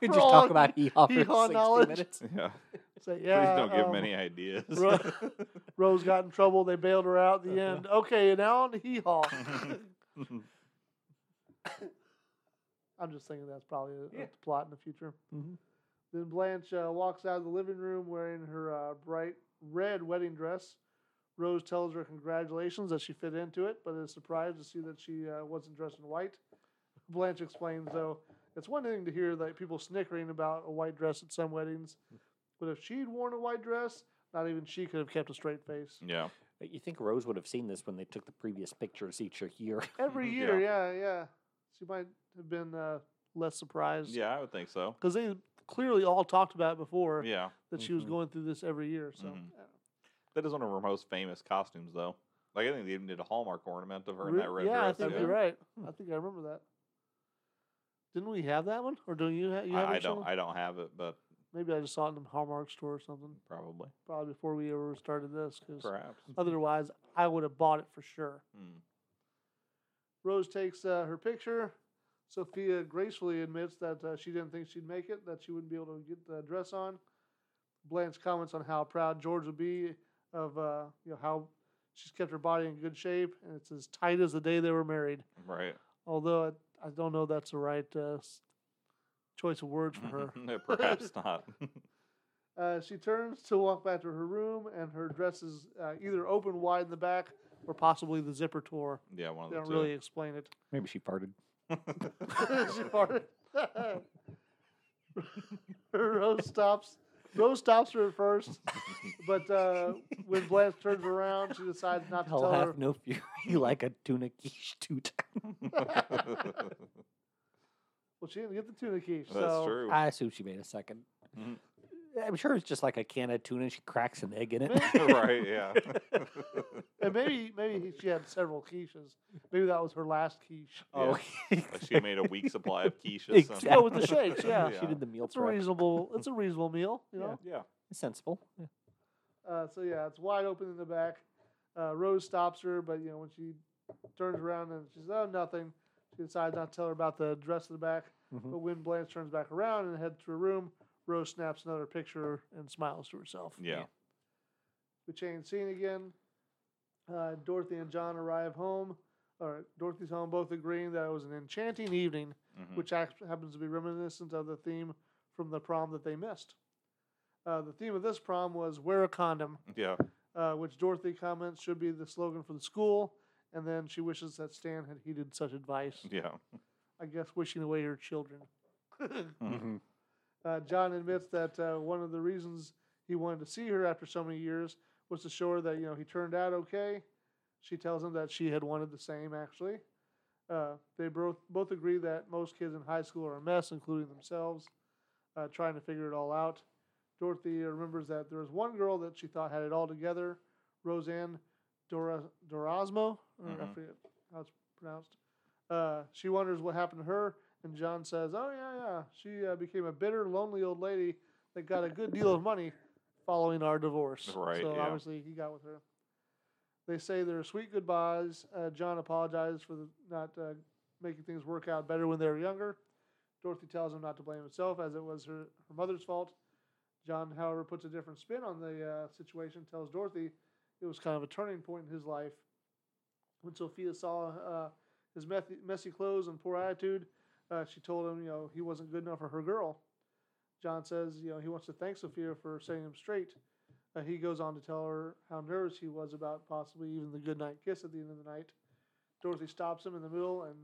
Speaker 2: We
Speaker 3: for
Speaker 2: just
Speaker 3: all
Speaker 2: talk
Speaker 3: of
Speaker 2: about hee haw for
Speaker 3: hee-haw
Speaker 2: 60
Speaker 3: knowledge.
Speaker 2: minutes.
Speaker 1: Yeah.
Speaker 3: Say
Speaker 1: Please
Speaker 3: yeah.
Speaker 1: don't give
Speaker 3: um,
Speaker 1: him any ideas.
Speaker 3: Ro- Rose got in trouble. They bailed her out at the end. Okay, and now on to hee haw. I'm just thinking that's probably a, a
Speaker 2: Yeah.
Speaker 3: plot in the future.
Speaker 2: Mhm.
Speaker 3: Then Blanche uh, walks out of the living room wearing her uh, bright red wedding dress. Rose tells her congratulations that she fit into it, but is surprised to see that she uh, wasn't dressed in white. Blanche explains, though, it's one thing to hear that people snickering about a white dress at some weddings, but if she'd worn a white dress, not even she could have kept a straight face.
Speaker 1: yeah.
Speaker 2: But You think Rose would have seen this when they took the previous pictures each year?
Speaker 3: Every
Speaker 1: Mm-hmm. Yeah.
Speaker 3: year, yeah, yeah. She might have been uh, less surprised.
Speaker 1: Yeah, I would think so.
Speaker 3: Because they clearly all talked about it before
Speaker 1: Yeah. Mm-hmm.
Speaker 3: that she was
Speaker 2: Mhm.
Speaker 3: going through this every year. So,
Speaker 1: Mhm. That is one of her most famous costumes though. Like I think they even did a Hallmark ornament of her in
Speaker 3: Re-
Speaker 1: that red
Speaker 3: yeah,
Speaker 1: dress.
Speaker 3: I think
Speaker 1: yeah.
Speaker 3: you're right.
Speaker 2: Hmm.
Speaker 3: I think I remember that. Didn't we have that one, or do you? Ha- you have
Speaker 1: I, I
Speaker 3: it,
Speaker 1: don't
Speaker 3: Sheila?
Speaker 1: I don't have it, but
Speaker 3: Maybe I just saw it in the Hallmark store or something.
Speaker 1: probably.
Speaker 3: Probably before we ever started this, because
Speaker 1: Perhaps.
Speaker 3: otherwise I would have bought it for sure.
Speaker 1: Hmm.
Speaker 3: Rose takes uh, her picture. Sophia gracefully admits that uh, she didn't think she'd make it, that she wouldn't be able to get the dress on. Blanche comments on how proud George would be of uh, you know how she's kept her body in good shape, and it's as tight as the day they were married.
Speaker 1: Right.
Speaker 3: Although I, I don't know that's the right uh, s- choice of words for her.
Speaker 1: Perhaps not.
Speaker 3: Uh, she turns to walk back to her room, and her dress is uh, either open wide in the back or possibly the zipper tore.
Speaker 1: yeah, one of
Speaker 3: They
Speaker 1: the
Speaker 3: don't
Speaker 1: two.
Speaker 3: really explain it.
Speaker 2: Maybe she farted.
Speaker 3: she farted. Rose stops. Rose stops her at first, but uh, when Blanche turns around, she decides not to
Speaker 2: Hell
Speaker 3: tell her.
Speaker 2: have no fury like a tuna quiche toot.
Speaker 3: Well, she didn't get the tuna quiche,
Speaker 1: That's
Speaker 3: so
Speaker 1: true.
Speaker 2: I assume she made a second.
Speaker 1: Mhm.
Speaker 2: I'm sure it's just like a can of tuna. She cracks an egg in it.
Speaker 1: right, yeah.
Speaker 3: and maybe maybe she had several quiches. Maybe that was her last quiche.
Speaker 2: Oh,
Speaker 1: Like she um, made a week supply of quiche or something.
Speaker 2: exactly.
Speaker 3: Oh, with the shakes, yeah.
Speaker 2: She did the meal
Speaker 3: It's a
Speaker 2: prep.
Speaker 3: reasonable. It's a reasonable meal, you
Speaker 2: Yeah.
Speaker 3: know.
Speaker 1: Yeah.
Speaker 2: Sensible. Yeah.
Speaker 3: Uh, so yeah, it's wide open in the back. Uh, Rose stops her, but you know when she turns around and she says, "Oh, nothing," she decides not to tell her about the dress in the back.
Speaker 2: Mhm.
Speaker 3: But when Blanche turns back around and heads to her room, Rose snaps another picture and smiles to herself.
Speaker 1: Yeah.
Speaker 3: We change scene again. Uh, Dorothy and John arrive home, or Dorothy's home, both agreeing that it was an enchanting evening
Speaker 1: Mhm.
Speaker 3: which act- happens to be reminiscent of the theme from the prom that they missed. Uh, the theme of this prom was "Wear a Condom,"
Speaker 1: Yeah.
Speaker 3: uh, which Dorothy comments should be the slogan for the school, and then she wishes that Stan had heeded such advice.
Speaker 1: Yeah.
Speaker 3: I guess wishing away her children.
Speaker 1: Mhm.
Speaker 3: uh, John admits that uh, one of the reasons he wanted to see her after so many years was to show her that you know he turned out okay. She tells him that she had wanted the same actually. Uh, they both both agree that most kids in high school are a mess, including themselves, uh, trying to figure it all out. Dorothy uh, remembers that there was one girl that she thought had it all together, Roseanne Dora, Dorasmo. or I
Speaker 1: Mhm.
Speaker 3: forget how it's pronounced. Uh, she wonders what happened to her, and John says, "Oh yeah, yeah. She uh, became a bitter, lonely old lady that got a good deal of money following our divorce.
Speaker 1: Right,
Speaker 3: So
Speaker 1: yeah.
Speaker 3: obviously he got with her. They say their sweet goodbyes. Uh, John apologizes for the, not uh, making things work out better when they were younger. Dorothy tells him not to blame himself, as it was her, her mother's fault. John, however, puts a different spin on the uh, situation. Tells Dorothy it was kind of a turning point in his life. When Sophia saw uh, his messy, messy clothes and poor attitude, uh, she told him, you know, he wasn't good enough for her girl. John says, you know, he wants to thank Sophia for setting him straight. Uh, he goes on to tell her how nervous he was about possibly even the goodnight kiss at the end of the night. Dorothy stops him in the middle and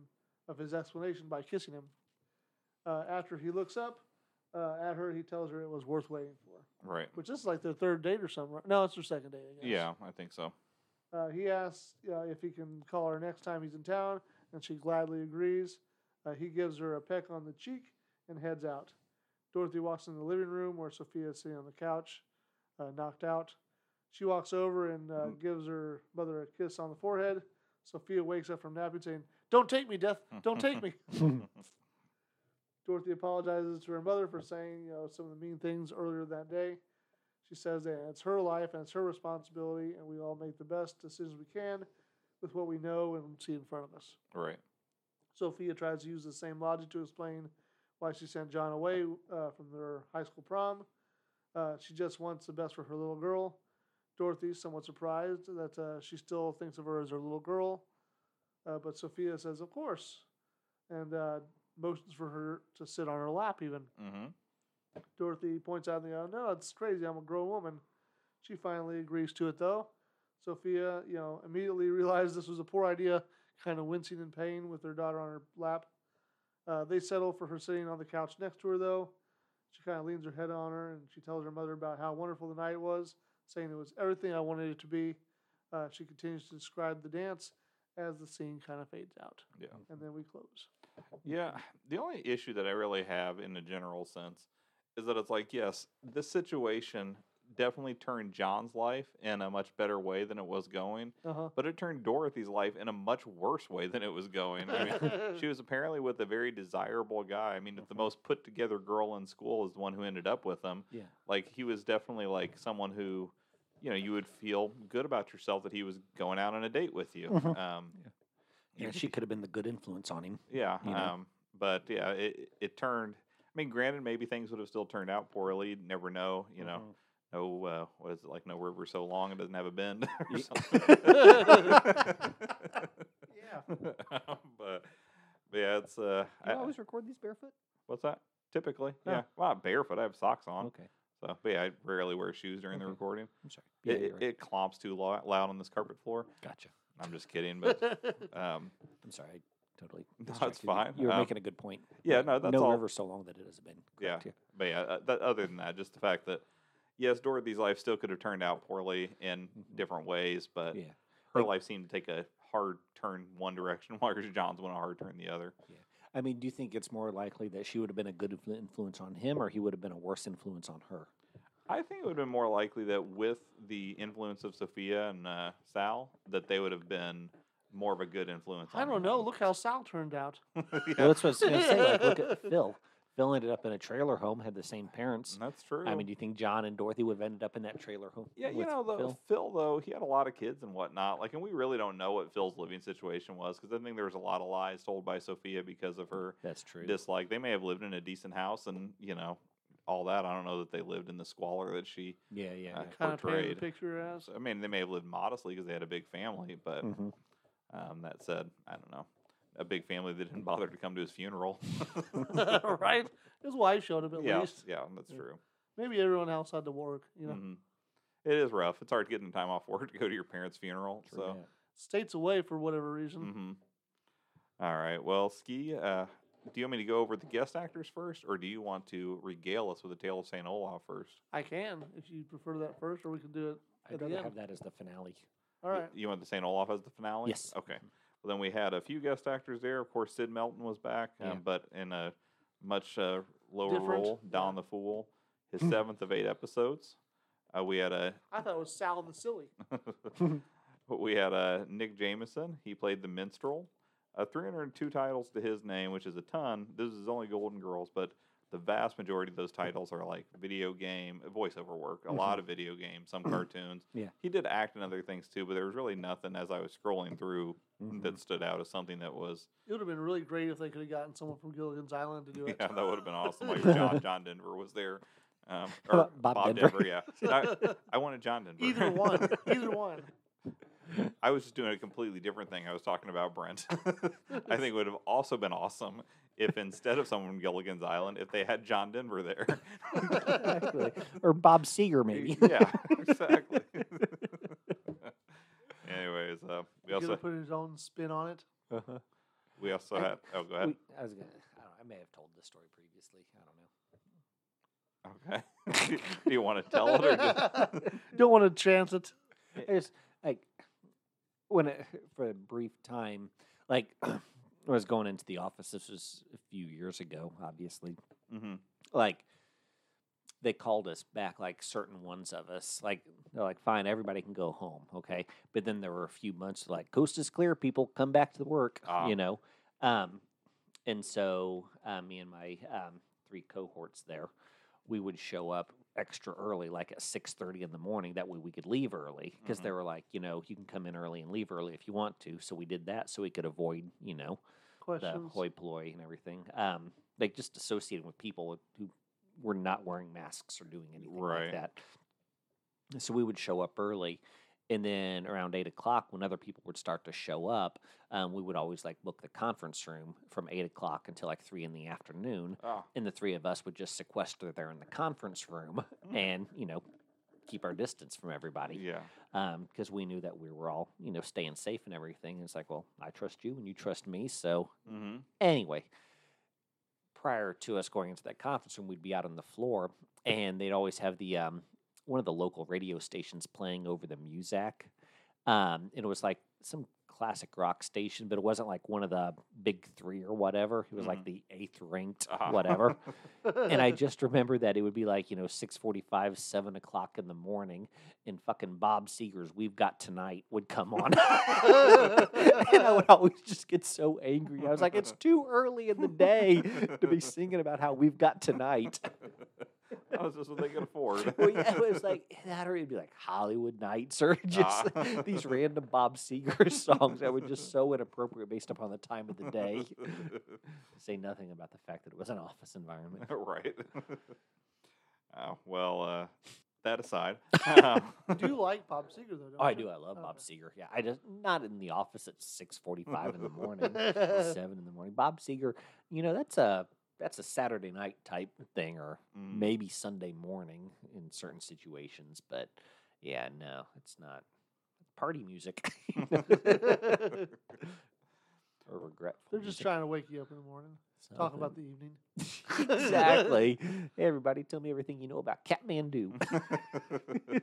Speaker 3: of his explanation by kissing him. Uh, after he looks up uh, at her, he tells her it was worth waiting for,
Speaker 1: Right.
Speaker 3: which this is like their third date or something. right? No, it's their second date. I guess.
Speaker 1: Yeah, I think so.
Speaker 3: Uh, he asks uh, if he can call her next time he's in town, and she gladly agrees. Uh, he gives her a peck on the cheek and heads out. Dorothy walks in the living room where Sophia's sitting on the couch, uh, knocked out. She walks over and uh,
Speaker 1: Mm.
Speaker 3: gives her mother a kiss on the forehead. Sophia wakes up from napping saying, Don't take me, Death! Don't take me!
Speaker 1: Mm-hmm.
Speaker 3: Dorothy apologizes to her mother for saying you know, some of the mean things earlier that day. She says that it's her life and it's her responsibility, and we all make the best decisions we can with what we know and see in front of us.
Speaker 1: right.
Speaker 3: Sophia tries to use the same logic to explain why she sent John away uh, from their high school prom. Uh, she just wants the best for her little girl. Dorothy's somewhat surprised that uh, she still thinks of her as her little girl, uh, but Sophia says, "Of course," and uh, motions for her to sit on her lap. Even
Speaker 1: Mm-hmm.
Speaker 3: Dorothy points out, "You know, no, it's crazy. I'm a grown woman." She finally agrees to it, though. Sophia, you know, immediately realized this was a poor idea, kind of wincing in pain with her daughter on her lap. Uh, they settle for her sitting on the couch next to her, though. She kind of leans her head on her and she tells her mother about how wonderful the night was, saying it was everything I wanted it to be. Uh, she continues to describe the dance as the scene kind of fades out.
Speaker 1: Yeah.
Speaker 3: And then we close.
Speaker 1: Yeah, the only issue that I really have in a general sense is that it's like, yes, this situation definitely turned John's life in a much better way than it was going,
Speaker 3: Uh huh.
Speaker 1: but it turned Dorothy's life in a much worse way than it was going. I mean, she was apparently with a very desirable guy. I mean, if the
Speaker 2: Mhm.
Speaker 1: most put together girl in school is the one who ended up with him,
Speaker 2: yeah.
Speaker 1: like he was definitely like someone who, you know, you would feel good about yourself that he was going out on a date with you.
Speaker 2: Mhm.
Speaker 1: Um,
Speaker 2: Yeah, she could have been the good influence on him.
Speaker 1: yeah.
Speaker 2: you know?
Speaker 1: Um, but yeah, it it turned. I mean, granted, maybe things would have still turned out poorly. you'd Never know. You know,
Speaker 2: Mm-hmm.
Speaker 1: no. Uh, what is it like? No river so long it doesn't have a bend. or
Speaker 2: Ye-
Speaker 1: something.
Speaker 3: yeah.
Speaker 1: Um, but, but yeah, it's uh. I, always...
Speaker 2: record these barefoot?
Speaker 1: What's that? Typically,
Speaker 2: Oh.
Speaker 1: yeah. Well, I'm barefoot. I have socks on.
Speaker 2: Okay.
Speaker 1: So, but yeah, I rarely wear shoes during the
Speaker 2: Okay.
Speaker 1: recording.
Speaker 2: I'm
Speaker 1: It,
Speaker 2: sorry. Mm-hmm. Yeah,
Speaker 1: it,
Speaker 2: you're right.
Speaker 1: it clomps too lo- loud on this carpet floor.
Speaker 2: gotcha.
Speaker 1: I'm just kidding, but um,
Speaker 2: I'm sorry. I totally.
Speaker 1: No, it's
Speaker 2: distracted you.
Speaker 1: fine.
Speaker 2: You were
Speaker 1: Um,
Speaker 2: making a good point.
Speaker 1: yeah, no, that's
Speaker 2: no
Speaker 1: all.
Speaker 2: river so long that it has been.
Speaker 1: Yeah.
Speaker 2: Correct,
Speaker 1: But yeah, uh, that, other than that, just the fact that yes, Dorothy's life still could have turned out poorly in
Speaker 2: Mhm.
Speaker 1: different ways, but
Speaker 2: Yeah.
Speaker 1: her
Speaker 2: Like-
Speaker 1: life seemed to take a hard turn one direction, whereas John's went a hard turn the other.
Speaker 2: I mean, do you think it's more likely that she would have been a good influ- influence on him, or he would have been a worse influence on her?
Speaker 1: I think it would have been more likely that with the influence of Sophia and uh, Sal, that they would have been more of a good influence.
Speaker 3: I
Speaker 1: on
Speaker 3: don't
Speaker 1: him.
Speaker 3: know. Look how Sal turned out.
Speaker 2: Well, that's what I was going to say. Like, look at Phil. Phil ended up in a trailer home, had the same parents.
Speaker 1: Mm, That's true.
Speaker 2: I mean, do you think John and Dorothy would have ended up in that trailer home?
Speaker 1: Yeah, you
Speaker 2: with
Speaker 1: know, though, Phil?
Speaker 2: Phil?
Speaker 1: though he had a lot of kids and whatnot. Like, and we really don't know what Phil's living situation was because I think there was a lot of lies told by Sophia because of her
Speaker 2: That's true.
Speaker 1: dislike. They may have lived in a decent house and you know all that. I don't know that they lived in the squalor that she
Speaker 2: yeah, yeah.
Speaker 1: uh,
Speaker 2: yeah.
Speaker 3: Kind of painted
Speaker 1: portrayed.
Speaker 3: the picture as.
Speaker 1: So, I mean, they may have lived modestly because they had a big family. But
Speaker 3: Hmm.
Speaker 2: Mhm.
Speaker 1: um, that said, I don't know a big family that didn't bother to come to his funeral.
Speaker 3: right? His wife showed up at
Speaker 1: yeah,
Speaker 3: least.
Speaker 1: yeah, that's
Speaker 3: Yeah.
Speaker 1: true.
Speaker 3: Maybe everyone else had to work. You know,
Speaker 1: Mhm. It is rough. It's hard getting time off work to go to your parents' funeral.
Speaker 2: True
Speaker 1: so.
Speaker 2: that.
Speaker 3: states away for whatever reason.
Speaker 1: Mm-hmm. All right. Well, Ski, uh, do you want me to go over the guest actors first, or do you want to regale us with a tale of Saint Olaf first?
Speaker 3: I can if you prefer that first, or we can do it.
Speaker 2: I'd
Speaker 3: at the
Speaker 2: rather
Speaker 3: end.
Speaker 2: have that as the finale.
Speaker 3: All
Speaker 1: Y-
Speaker 3: right.
Speaker 1: You want the Saint Olaf as the finale?
Speaker 2: Yes.
Speaker 1: Okay. Well, then we had a few guest actors there. Of course, Sid Melton was back,
Speaker 2: Yeah.
Speaker 1: um, but in a much uh, lower
Speaker 3: Different,
Speaker 1: role, Don the Fool, his
Speaker 2: Hmm.
Speaker 1: seventh of eight episodes. Uh, we had a
Speaker 3: I thought it was Sal the Silly.
Speaker 1: we had uh, Nick Jameson. He played the minstrel. Uh, 302 titles to his name, which is a ton. This is only Golden Girls, but the vast majority of those titles are like video game voiceover work. A lot of video games, some cartoons.
Speaker 2: Mm-hmm. Yeah.
Speaker 1: he did act in other things too, but there was really nothing as I was scrolling through
Speaker 2: Mhm.
Speaker 1: that stood out as something that was.
Speaker 3: It would have been really great if they could have gotten someone from Gilligan's Island to do
Speaker 1: Yeah,
Speaker 3: it.
Speaker 1: that would have been awesome. Like John, John Denver was there, um, or Bob,
Speaker 2: Bob
Speaker 1: Denver.
Speaker 2: Denver.
Speaker 1: yeah, I, I wanted John Denver.
Speaker 3: either one. Either one.
Speaker 1: I was just doing a completely different thing. I was talking about Brent. I think it would have also been awesome if instead of someone from Gilligan's Island, if they had John Denver there.
Speaker 2: Exactly. or Bob Seeger, maybe.
Speaker 1: yeah, exactly. Anyways, uh, we
Speaker 3: He could
Speaker 1: also
Speaker 3: have put his own spin on it.
Speaker 2: Uh-huh.
Speaker 1: we also had. Oh, go ahead.
Speaker 2: We- I was gonna. I, don't, I may have told this story previously. I don't know.
Speaker 1: Okay. Do you want to tell it or just?
Speaker 3: Don't want to chance it.
Speaker 2: It's like when it, for a brief time, like I was going into the office. This was a few years ago, obviously.
Speaker 1: Mhm.
Speaker 2: Like they called us back, like certain ones of us. Like they're like, fine, everybody can go home, okay. But then there were a few months like coast is clear, people come back to work,
Speaker 1: Ah.
Speaker 2: you know. Um, and so uh, me and my um, three cohorts there, we would show up extra early, like at six thirty in the morning. That way we could leave early because
Speaker 1: Mhm.
Speaker 2: they were like, you know, you can come in early and leave early if you want to. So we did that so we could avoid, you know the
Speaker 3: Questions.
Speaker 2: hoi polloi and everything. Um, like just associating with people who were not wearing masks or doing anything
Speaker 1: Right.
Speaker 2: like that. So we would show up early, and then around eight o'clock, when other people would start to show up, um, we would always like book the conference room from eight o'clock until like three in the afternoon,
Speaker 1: Ah,
Speaker 2: and the three of us would just sequester there in the conference room,
Speaker 1: Mm.
Speaker 2: and you know. Keep our distance from everybody
Speaker 1: yeah.
Speaker 2: because we knew that we were all, you know, staying safe and everything. And it's like, well, I trust you and you trust me. So
Speaker 1: Mm-hmm.
Speaker 2: Anyway, prior to us going into that conference room, we'd be out on the floor, and they'd always have the um, one of the local radio stations playing over the Muzak. Um, and it was like some classic rock station, but it wasn't like one of the big three or whatever. It was
Speaker 1: Mhm.
Speaker 2: like the eighth ranked
Speaker 1: Ah.
Speaker 2: whatever and I just remember that it would be like you know six forty-five, seven o'clock in the morning, and fucking Bob Seger's "We've Got Tonight" would come on, and I would always just get so angry. I was like, "It's too early in the day to be singing about how we've got tonight."
Speaker 1: that was just what they could afford.
Speaker 2: Well, yeah, it was like eh, that, or it'd be like Hollywood Nights, or just
Speaker 1: Ah.
Speaker 2: these random Bob Seger songs that were just so inappropriate based upon the time of the day. Say nothing about the fact that it was an office environment.
Speaker 1: right. Uh, well, uh, that aside, um,
Speaker 3: do you like Bob Seger though? Don't
Speaker 2: Oh, I
Speaker 3: you?
Speaker 2: do. I love Bob
Speaker 1: Uh-huh.
Speaker 3: Okay.
Speaker 2: Seger. Yeah, I just not in the office at six forty-five in the morning, seven in the morning. Bob Seger, you know that's a that's a Saturday night type thing, or
Speaker 1: Mm.
Speaker 2: maybe Sunday morning in certain situations. But yeah, no, it's not party music or regretful.
Speaker 3: They're just trying to wake you up in the morning. Talk
Speaker 2: Uh-huh.
Speaker 3: about the evening.
Speaker 2: exactly. Hey, everybody, tell me everything you know about Catmandu.
Speaker 1: It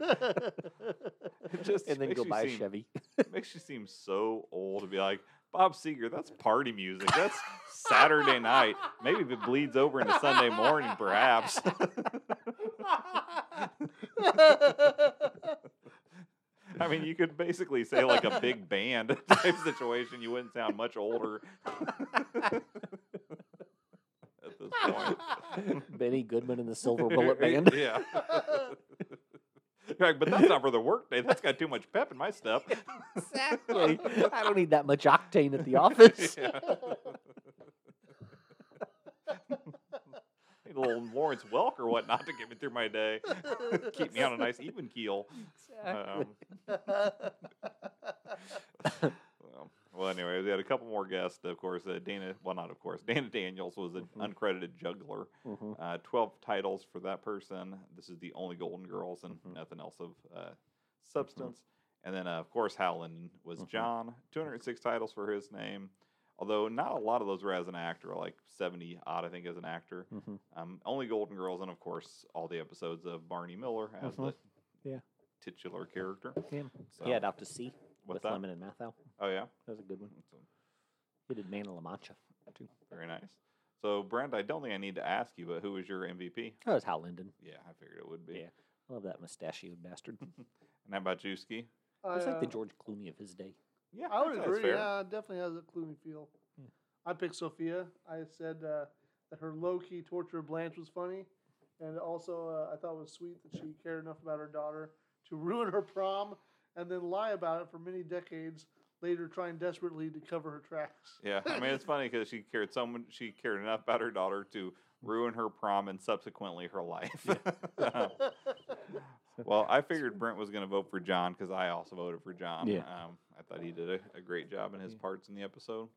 Speaker 1: just
Speaker 2: and then
Speaker 1: makes
Speaker 2: go
Speaker 1: you
Speaker 2: buy a
Speaker 1: seem-
Speaker 2: Chevy.
Speaker 1: Makes you seem so old to be like Bob Seger. That's party music. That's Saturday night. Maybe if it bleeds over into Sunday morning, perhaps. I mean, you could basically say like a big band type situation. You wouldn't sound much older. At this point.
Speaker 2: Benny Goodman and the Silver Bullet Band.
Speaker 1: yeah. You're like, but that's not for the workday. That's got too much pep in my stuff.
Speaker 2: Exactly. I don't need that much octane at the office.
Speaker 1: Yeah. Need a little Lawrence Welk or whatnot to get me through my day. Keep me on a nice even keel. Um, Um, well, anyway, we had a couple more guests. Of course, uh, Dana. Well, not of course. Dana Daniels was an
Speaker 2: Mhm.
Speaker 1: uncredited juggler.
Speaker 2: Mhm.
Speaker 1: Uh, Twelve titles for that person. This is the only Golden Girls and
Speaker 2: Mhm.
Speaker 1: nothing else of uh, substance. And then, uh, of course, Howland was
Speaker 2: Mhm.
Speaker 1: John. Two hundred six titles for his name. Although not a lot of those were as an actor, like seventy odd, I think, as an actor.
Speaker 2: Mhm.
Speaker 1: Um, only Golden Girls, and of course, all the episodes of Barney Miller as
Speaker 2: Mhm.
Speaker 1: the
Speaker 2: Yeah.
Speaker 1: titular character.
Speaker 2: Yeah.
Speaker 1: So,
Speaker 2: He had out to sea
Speaker 1: what's
Speaker 2: with
Speaker 1: that?
Speaker 2: Lemon and Mathau.
Speaker 1: Oh yeah.
Speaker 2: That was a good one.
Speaker 1: So-
Speaker 2: He did Man of La Mancha.
Speaker 1: Very nice. So, Brent, I don't think I need to ask you, but who was your MVP?
Speaker 2: That was Hal Linden.
Speaker 1: Yeah, I figured it would be.
Speaker 2: Yeah. Love that mustachioed bastard.
Speaker 1: And how about you, Ski?
Speaker 3: I,
Speaker 2: It's like the
Speaker 3: uh,
Speaker 2: George Clooney of his day.
Speaker 1: Yeah,
Speaker 3: I would
Speaker 1: think that's
Speaker 3: agree.
Speaker 1: fair.
Speaker 3: Yeah, it definitely has a Clooney feel.
Speaker 2: Yeah.
Speaker 3: I picked Sophia. I said uh, that her low key torture of Blanche was funny, and also uh, I thought it was sweet that she cared enough about her daughter to ruin her prom and then lie about it for many decades later, trying desperately to cover her tracks.
Speaker 1: Yeah, I mean it's funny because she cared so much. She cared enough about her daughter to ruin her prom and subsequently her life. Oh. well, I figured Brent was going to vote for John because I also voted for John.
Speaker 2: Yeah.
Speaker 1: Um, I thought he did a, a great job in his
Speaker 2: Yeah.
Speaker 1: parts in the episode.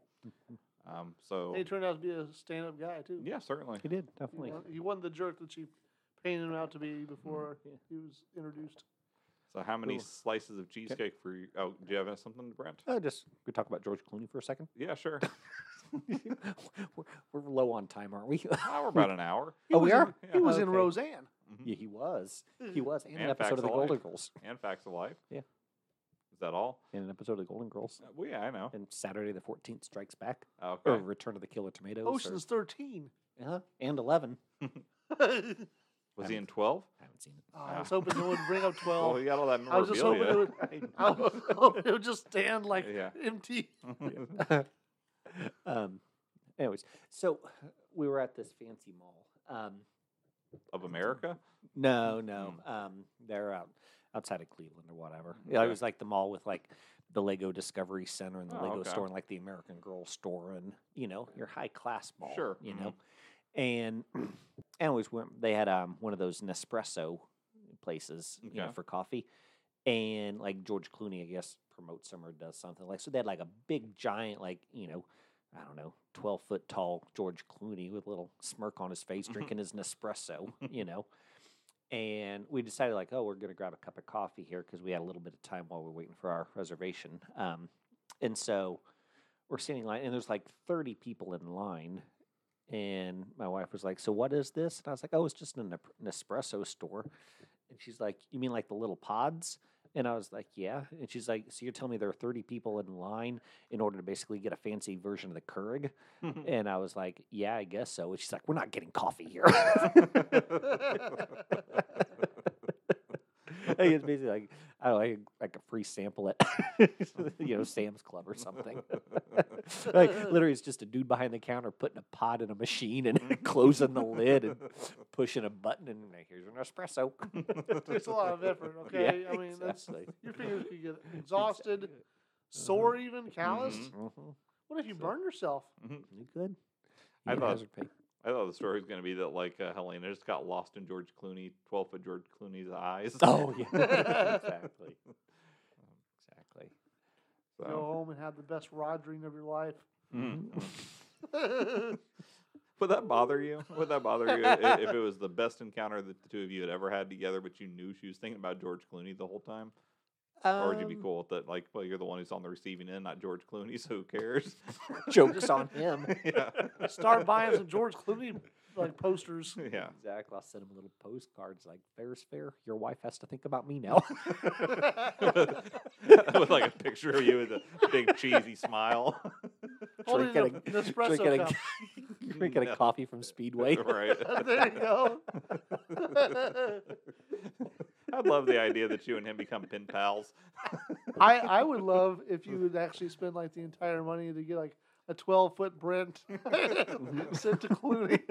Speaker 1: Um, so
Speaker 3: And he turned out to be a stand up guy too.
Speaker 1: yeah, certainly.
Speaker 2: He did,
Speaker 3: He
Speaker 2: definitely.
Speaker 3: wa- He wasn't the jerk that she painted him out to be before
Speaker 2: yeah.
Speaker 3: he was introduced.
Speaker 1: So how many
Speaker 2: Cool.
Speaker 1: slices of cheesecake for you? Oh, do you have something, Brent?
Speaker 2: Uh, just we talk about George Clooney for a second.
Speaker 1: Yeah, sure.
Speaker 2: we're, we're low on time, aren't we?
Speaker 1: Ah, we're about an hour.
Speaker 3: He
Speaker 2: oh,
Speaker 3: was
Speaker 2: we
Speaker 3: in-
Speaker 2: are.
Speaker 1: Yeah.
Speaker 3: He was in
Speaker 2: Okay.
Speaker 3: Roseanne.
Speaker 1: Mhm.
Speaker 2: Yeah, he was. He was, and, an
Speaker 1: And Facts
Speaker 2: episode of the
Speaker 1: of Life.
Speaker 2: Golden Girls,
Speaker 1: and Facts of Life.
Speaker 2: Yeah.
Speaker 1: Is that all?
Speaker 2: and an episode of the Golden Girls,
Speaker 1: Uh, Well, yeah, I know.
Speaker 2: and Saturday the Fourteenth Strikes Back,
Speaker 1: Okay. Oh,
Speaker 2: or Return of the Killer Tomatoes, or-
Speaker 3: Ocean's 13.
Speaker 2: Uh-huh. and Eleven.
Speaker 3: oh,
Speaker 1: Was
Speaker 2: I
Speaker 1: he
Speaker 2: haven't-
Speaker 1: in 12?
Speaker 2: I haven't seen it.
Speaker 3: I was hoping no one would bring up
Speaker 1: Well,
Speaker 3: 12.
Speaker 1: he got all that
Speaker 3: I was just hoping
Speaker 1: memorabilia.
Speaker 3: it I was hoping it would just stand like
Speaker 1: Yeah.
Speaker 3: empty.
Speaker 2: Um, anyways, so we were at this fancy mall. Um,
Speaker 1: of America?
Speaker 2: no, no, um, they're out outside of Cleveland or whatever. Yeah, it
Speaker 1: Hmm. Okay.
Speaker 2: was like the mall with like the Lego Discovery Center and the
Speaker 1: Oh,
Speaker 2: Lego
Speaker 1: okay.
Speaker 2: store and like the American Girl store and you know your high class mall.
Speaker 1: Sure,
Speaker 2: you
Speaker 1: mhm.
Speaker 2: know, and anyways, went, they had um one of those Nespresso places you know
Speaker 1: Okay.
Speaker 2: for coffee, and like George Clooney, I guess promotes them or does something like so. They had like a big giant like you know. I don't know, 12 foot tall George Clooney with a little smirk on his face drinking his Nespresso, you know. And we decided, like, oh, we're going to grab a cup of coffee here because we had a little bit of time while we are waiting for our reservation. Um, and so we're sitting in line, and there's like 30 people in line. And my wife was like, so what is this? And I was like, oh, it's just an Nespresso store. And she's like, you mean like the little pods? And I was like, yeah. And she's like, so you're telling me there are 30 people in line in order to basically get a fancy version of the Keurig? And I was like, yeah, I guess so. And she's like, we're not getting coffee here. I think it's basically like, I don't know, like, like a free sample at, you know, Sam's Club or something. like, literally, it's just a dude behind the counter putting a pot in a machine and closing the lid and pushing a button, and like, here's an espresso.
Speaker 3: It's a lot of effort, okay? I mean, that's
Speaker 2: exactly.
Speaker 3: your fingers could get exhausted, sore, even calloused.
Speaker 1: Mhm.
Speaker 2: Mhm.
Speaker 3: What if you
Speaker 1: So-
Speaker 3: burn yourself?
Speaker 1: Mhm.
Speaker 2: You good?
Speaker 1: I
Speaker 2: You
Speaker 1: thought-
Speaker 2: hazard pay.
Speaker 1: I thought the story was going to be that, like, uh, Helena just got lost in George Clooney, 12 foot George Clooney's eyes.
Speaker 2: Oh yeah, exactly, exactly.
Speaker 1: So, mm.
Speaker 3: Go home and have the best rodgering of your life.
Speaker 1: mhm.
Speaker 3: oh,
Speaker 1: Would that bother you? Would that bother you i- if it was the best encounter that the two of you had ever had together, but you knew she was thinking about George Clooney the whole time? or would you be
Speaker 2: Um,
Speaker 1: cool with that? Like, well, you're the one who's on the receiving end, not George Clooney, so who cares?
Speaker 2: Jokes on him.
Speaker 1: yeah.
Speaker 3: Start buying some George Clooney like posters.
Speaker 1: Yeah.
Speaker 2: Exactly. I'll send him little postcards like, fair's fair. Your wife has to think about me now.
Speaker 1: with, with, like a picture of you with a big cheesy smile.
Speaker 3: Holding
Speaker 2: Drinking
Speaker 3: a,
Speaker 2: a-
Speaker 3: Nespresso
Speaker 2: drinking a,
Speaker 3: cup.
Speaker 2: drinking
Speaker 1: No.
Speaker 2: a coffee from Speedway.
Speaker 1: right.
Speaker 3: there you go.
Speaker 1: I love the idea that you and him become pen pals.
Speaker 3: I, I would love if you would actually spend like the entire money to get like a 12 foot Brent sent to Clooney.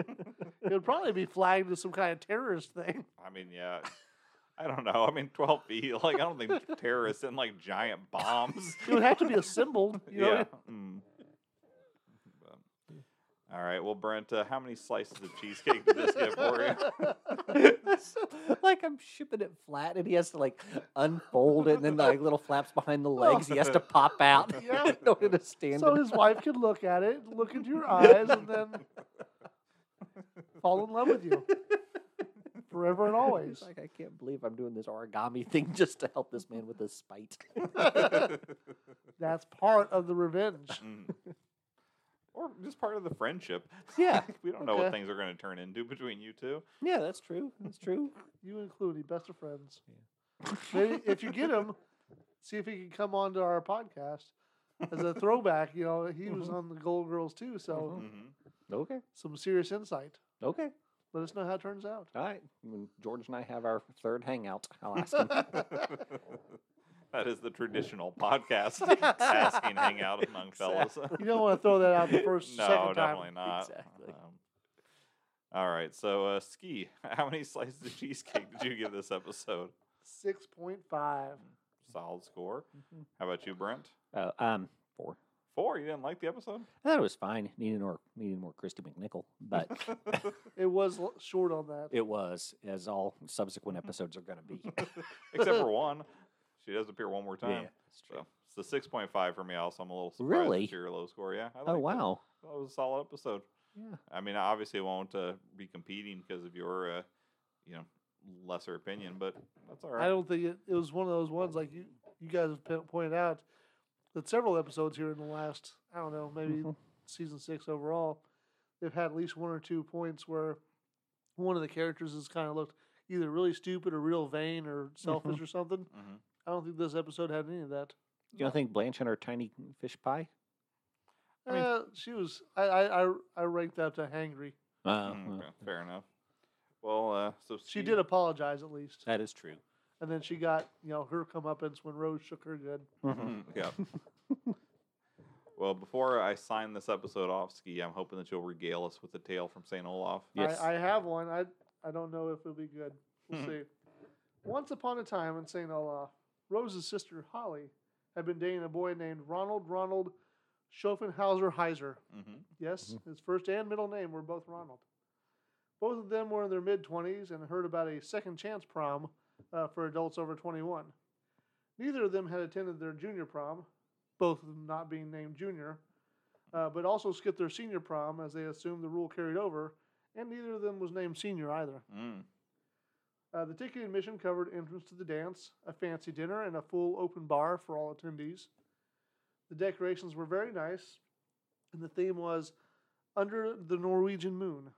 Speaker 3: It would probably be flagged as some kind of terrorist thing.
Speaker 1: I mean, yeah. I don't know. I mean, 12 feet. Like, I don't think terrorists send like giant bombs.
Speaker 3: It would have to be assembled. You know?
Speaker 1: yeah. Mm. But- All right. Well, Brent, uh, how many slices of cheesecake did this get for you?
Speaker 2: like I'm shipping it flat and he has to like unfold it and then like little flaps behind the legs he has to pop out
Speaker 3: Yeah.
Speaker 2: in order to stand
Speaker 3: So
Speaker 2: it.
Speaker 3: his wife could look at it, look into your eyes, and then fall in love with you forever and
Speaker 2: He's
Speaker 3: always.
Speaker 2: like, I can't believe I'm doing this origami thing just to help this man with his spite.
Speaker 3: That's part of the revenge.
Speaker 1: Mm. Or just part of the friendship.
Speaker 2: yeah.
Speaker 1: we don't know what
Speaker 3: Okay.
Speaker 1: things are going to turn into between you two.
Speaker 2: Yeah, that's true. That's true.
Speaker 3: You and Clooney, best of friends. Maybe if you get him, see if he can come onto our podcast as a throwback. You know, he was on the Gold Girls too, so
Speaker 1: Mhm.
Speaker 2: Okay.
Speaker 3: some serious insight.
Speaker 2: Okay.
Speaker 3: Let us know how it turns out.
Speaker 2: All right. When George and I have our third hangout, I'll ask him.
Speaker 1: Mm-hmm. That is the traditional podcast asking hangout among fellas.
Speaker 3: You don't want to throw that out the first
Speaker 1: no,
Speaker 3: second
Speaker 1: definitely
Speaker 3: time.
Speaker 1: not.
Speaker 2: Exactly.
Speaker 1: Um, all right, so uh, ski. How many slices of cheesecake did you give this episode?
Speaker 3: Six point five.
Speaker 1: Solid score. How about you, Brent?
Speaker 2: Uh, um, four.
Speaker 1: Four. You didn't like the episode?
Speaker 2: I thought it was fine. Needed more, needed more Christy McNichol, but
Speaker 3: It was l- short on that.
Speaker 2: it was as all subsequent episodes are going to be.
Speaker 1: Except for one. She does appear one more time.
Speaker 2: Yeah, that's true.
Speaker 1: So it's the six point five for me. Also, I'm a little surprised
Speaker 2: Really?
Speaker 1: at your low score. Yeah. I
Speaker 2: oh
Speaker 1: liked it.
Speaker 2: wow.
Speaker 1: That was a solid episode.
Speaker 2: Yeah.
Speaker 1: I mean, I obviously won't uh, be competing because of your, uh, you know, lesser opinion, but that's all
Speaker 3: I
Speaker 1: right.
Speaker 3: don't think it, it was one of those ones like you you guys have po- pointed out that several episodes here in the last I don't know maybe
Speaker 1: Mm-hmm.
Speaker 2: Mhm.
Speaker 3: season six overall they've had at least one or two points where one of the characters has kind of looked either really stupid or real vain or
Speaker 1: Mm-hmm.
Speaker 3: selfish or something.
Speaker 1: Mhm.
Speaker 3: I don't think this episode had any of that.
Speaker 2: Do you don't think Blanche and her tiny fish pie?
Speaker 1: I mean-
Speaker 3: uh, she was I I I, I ranked that to hangry.
Speaker 1: Mm,
Speaker 2: Uh,
Speaker 1: okay, Mm-hmm. fair enough. Well, uh, so
Speaker 3: She
Speaker 1: Steve-
Speaker 3: did apologize at least,
Speaker 4: That is true.
Speaker 3: and then she got you know her comeuppance when Rose shook her good.
Speaker 2: Mm-hmm.
Speaker 1: Mm-hmm. yeah. well, before I sign this episode off, Ski, I'm hoping that you'll regale us with a tale from Saint Olaf.
Speaker 4: Yes.
Speaker 3: I, I have one. I I don't know if it'll be good. We'll
Speaker 1: Mhm.
Speaker 3: see. Once upon a time in St. Olaf, Rose's sister Holly had been dating a boy named Ronald Ronald Schopenhauser Heiser.
Speaker 1: hmm
Speaker 3: Yes, his first and middle name were both Ronald. Both of them were in their mid 20s and heard about a second chance prom uh, for adults over 21. Neither of them had attended their junior prom, both of them not being named junior, uh, but also skipped their senior prom as they assumed the rule carried over, and neither of them was named senior either.
Speaker 1: Mm.
Speaker 3: Uh, the ticket admission covered entrance to the dance, a fancy dinner, and a full open bar for all attendees. The decorations were very nice, and the theme was Under the Norwegian Moon.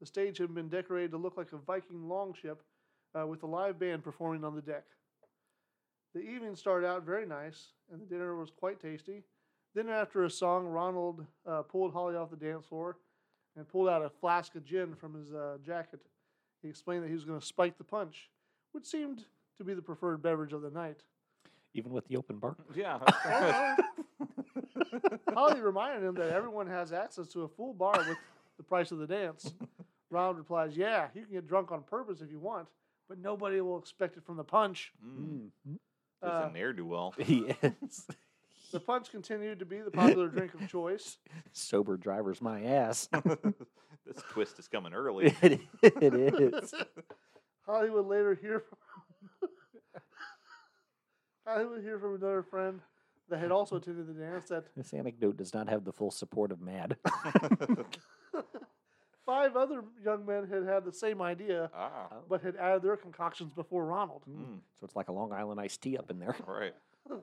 Speaker 3: The stage had been decorated to look like a Viking longship uh, with a live band performing on the deck. The evening started out very nice, and the dinner was quite tasty. Then, after a song, Ronald uh, pulled Holly off the dance floor and pulled out a flask of gin from his uh, jacket. He explained that he was going to spike the punch, which seemed to be the preferred beverage of the night.
Speaker 2: Even with the open bar.
Speaker 1: Yeah.
Speaker 3: Holly reminded him that everyone has access to a full bar with the price of the dance. Ronald replies, Yeah, you can get drunk on purpose if you want, but nobody will expect it from the punch.
Speaker 1: mm. Just
Speaker 3: Uh,
Speaker 1: a ne'er do well.
Speaker 2: He is.
Speaker 3: the punch continued to be the popular drink of choice.
Speaker 2: Sober driver's my ass.
Speaker 1: this twist is coming early.
Speaker 2: it, it is.
Speaker 3: Holly would later hear from Holly would hear from another friend that had also attended the dance that
Speaker 2: This anecdote does not have the full support of Mad.
Speaker 3: five other young men had had the same idea,
Speaker 1: ah.
Speaker 3: but had added their concoctions before Ronald.
Speaker 1: Mm.
Speaker 2: So it's like a Long Island iced tea up in there.
Speaker 1: All right.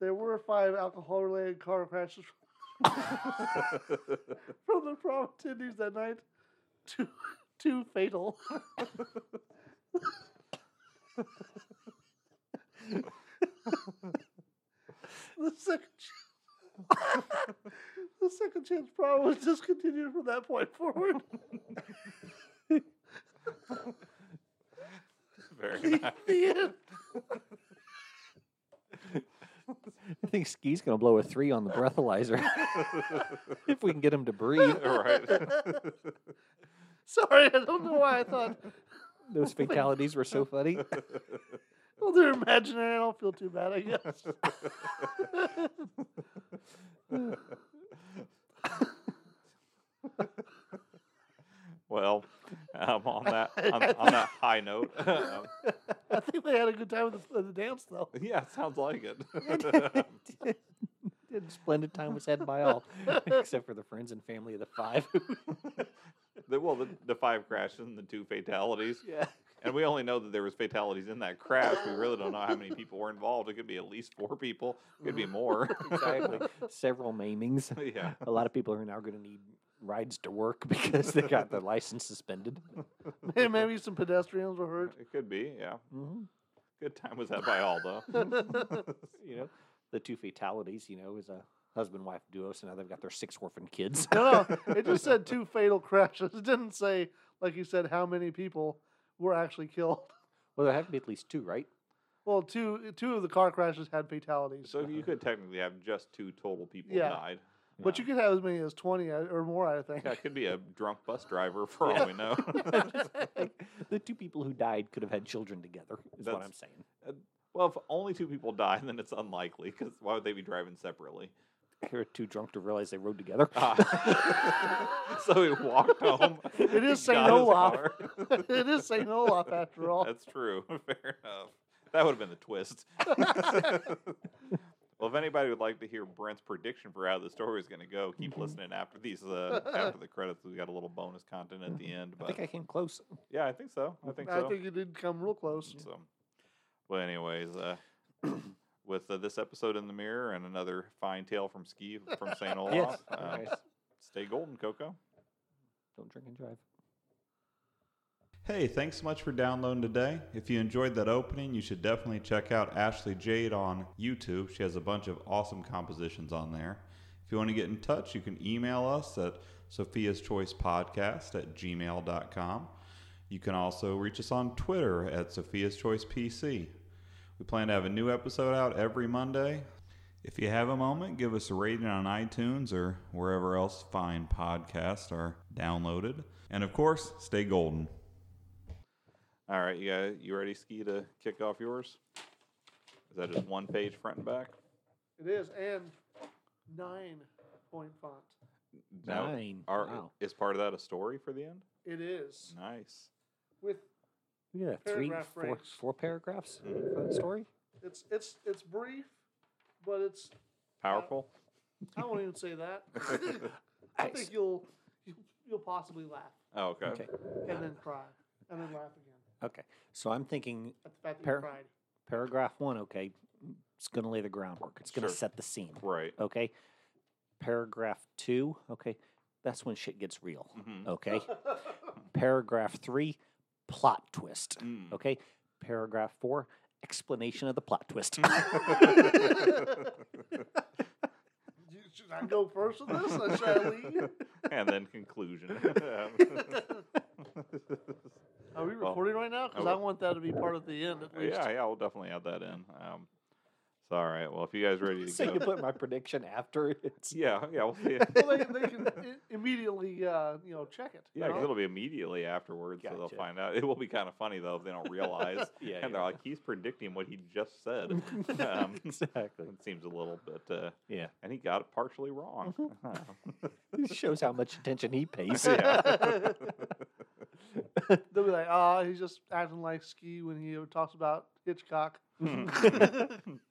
Speaker 3: There were five alcohol related car crashes from the prom attendees that night. Two, two fatal. the second, ch- the second chance prom was discontinued from that point forward.
Speaker 1: Very
Speaker 3: The-
Speaker 1: nice.
Speaker 3: the end.
Speaker 2: I think Ski's going to blow a three on the breathalyzer if we can get him to breathe.
Speaker 1: All right.
Speaker 3: Sorry, I don't know why I thought.
Speaker 2: Those fatalities were so funny.
Speaker 3: Well, they're imaginary. I don't feel too bad, I guess.
Speaker 1: well, um, on that on, on that high note, um,
Speaker 3: I think they had a good time with the, the dance, though.
Speaker 1: yeah, sounds like it.
Speaker 2: A splendid time was had by all, except for the friends and family of the five.
Speaker 1: the, well, the, the five crashes and the two fatalities,
Speaker 2: yeah.
Speaker 1: and we only know that there was fatalities in that crash. We really don't know how many people were involved. It could be at least four people. It
Speaker 3: Mm.
Speaker 1: could be more.
Speaker 2: Exactly. Several maimings.
Speaker 1: yeah.
Speaker 2: A lot of people are now going to need rides to work because they got their license suspended.
Speaker 3: May- Maybe some pedestrians were hurt.
Speaker 1: It could be, yeah.
Speaker 2: Mhm.
Speaker 1: Good time was had by all, though.
Speaker 2: You know, the two fatalities, you know, is a husband wife duo, so now they've got their six orphan kids.
Speaker 3: No, no. It just said two fatal crashes. It didn't say, like you said, how many people were actually killed.
Speaker 2: Well, there have to be at least two, right?
Speaker 3: Well, two two of the car crashes had fatalities,
Speaker 1: So you could technically have just two total people
Speaker 3: Yeah.
Speaker 1: died.
Speaker 3: but you could have as many as twenty uh, or more. I think.
Speaker 1: Yeah, it could be a drunk bus driver for all we know.
Speaker 2: the two people who died could have had children together, is what
Speaker 1: That's-
Speaker 2: I'm saying.
Speaker 1: well, if only two people die, then it's unlikely because why would they be driving separately?
Speaker 2: They're too drunk to realize they rode together.
Speaker 1: Ah. so he walked home.
Speaker 3: It
Speaker 1: got
Speaker 3: is Saint
Speaker 1: his
Speaker 3: Olaf.
Speaker 1: car.
Speaker 3: it is Saint Olaf after all.
Speaker 1: That's true. Fair enough. That would have been the twist. well, if anybody would like to hear Brent's prediction for how the story is going to go, keep listening after these uh, after the credits. We got a little bonus content at the end,
Speaker 2: I
Speaker 1: but
Speaker 2: think I came close.
Speaker 1: yeah, I think so. I think
Speaker 3: I
Speaker 1: so.
Speaker 3: think it did come real close.
Speaker 1: So, well, anyways, uh, with uh, this episode in the mirror and another fine tale from Ski from Saint Olaf,
Speaker 2: Yes.
Speaker 1: um,
Speaker 2: Nice.
Speaker 1: stay golden, Coco.
Speaker 2: Don't drink and drive.
Speaker 1: Hey, thanks so much for downloading today. If you enjoyed that opening, you should definitely check out Ashley Jade on YouTube. She has a bunch of awesome compositions on there. If you want to get in touch, you can email us at Sophia's Choice Podcast at gmail.com. You can also reach us on Twitter at Sophia's Choice PC. We plan to have a new episode out every Monday. If you have a moment, give us a rating on iTunes or wherever else fine podcasts are downloaded. And of course, stay golden. All right, you got, you ready, Ski, to kick off yours? Is that just one page front and back?
Speaker 3: It is, and nine point font.
Speaker 1: Now,
Speaker 2: Nine.
Speaker 1: Are,
Speaker 2: Wow.
Speaker 1: Is part of that a story for the end?
Speaker 3: It is
Speaker 1: Nice.
Speaker 3: with
Speaker 2: Look at that. Three,
Speaker 3: Paragraph
Speaker 2: four,
Speaker 3: breaks.
Speaker 2: four paragraphs for that story?
Speaker 3: it's it's it's brief, but it's
Speaker 1: Powerful.
Speaker 3: I won't even say that. I
Speaker 2: Nice.
Speaker 3: think you'll you'll, you'll possibly laugh
Speaker 1: Oh, okay.
Speaker 2: Okay.
Speaker 3: and then cry and then laugh again
Speaker 2: Okay. So I'm thinking
Speaker 3: at the fact that
Speaker 2: Par-
Speaker 3: you cried.
Speaker 2: paragraph one, okay, it's going to lay the groundwork, it's going to
Speaker 1: Sure.
Speaker 2: set the scene.
Speaker 1: Right.
Speaker 2: Okay. Paragraph two, okay, that's when shit gets real.
Speaker 3: Mm-hmm.
Speaker 1: Mhm.
Speaker 2: Okay. Paragraph three, plot twist.
Speaker 1: Mm.
Speaker 2: Okay. Paragraph four, explanation of the plot twist.
Speaker 3: You, should I go first with this? Or should I lead?
Speaker 1: and then conclusion.
Speaker 3: Are we
Speaker 1: Well,
Speaker 3: recording right now? Because
Speaker 1: I
Speaker 3: I
Speaker 1: will-
Speaker 3: want that to be part of the end at least.
Speaker 1: yeah, yeah, we'll definitely add that in. Um, so, all right. Well, if you guys are ready to
Speaker 2: so you
Speaker 1: go,
Speaker 2: put my prediction after it's
Speaker 1: yeah, yeah, we'll see. It.
Speaker 3: Well, they, they can i- immediately, uh, you know, check it.
Speaker 1: Yeah,
Speaker 3: you know?
Speaker 1: 'cause it'll be immediately afterwards, so
Speaker 2: Gotcha.
Speaker 1: they'll find out. It will be kind of funny though if they don't realize,
Speaker 2: Yeah,
Speaker 1: and they're
Speaker 2: yeah.
Speaker 1: like, "He's predicting what he just said." um,
Speaker 2: exactly.
Speaker 1: it seems a little bit, uh,
Speaker 2: Yeah.
Speaker 1: and he got it partially wrong.
Speaker 2: This shows how much attention he pays.
Speaker 1: yeah.
Speaker 3: They'll be "Oh, like, ah, he's just acting like Ski when he talks about Hitchcock.
Speaker 1: Hmm.
Speaker 3: That's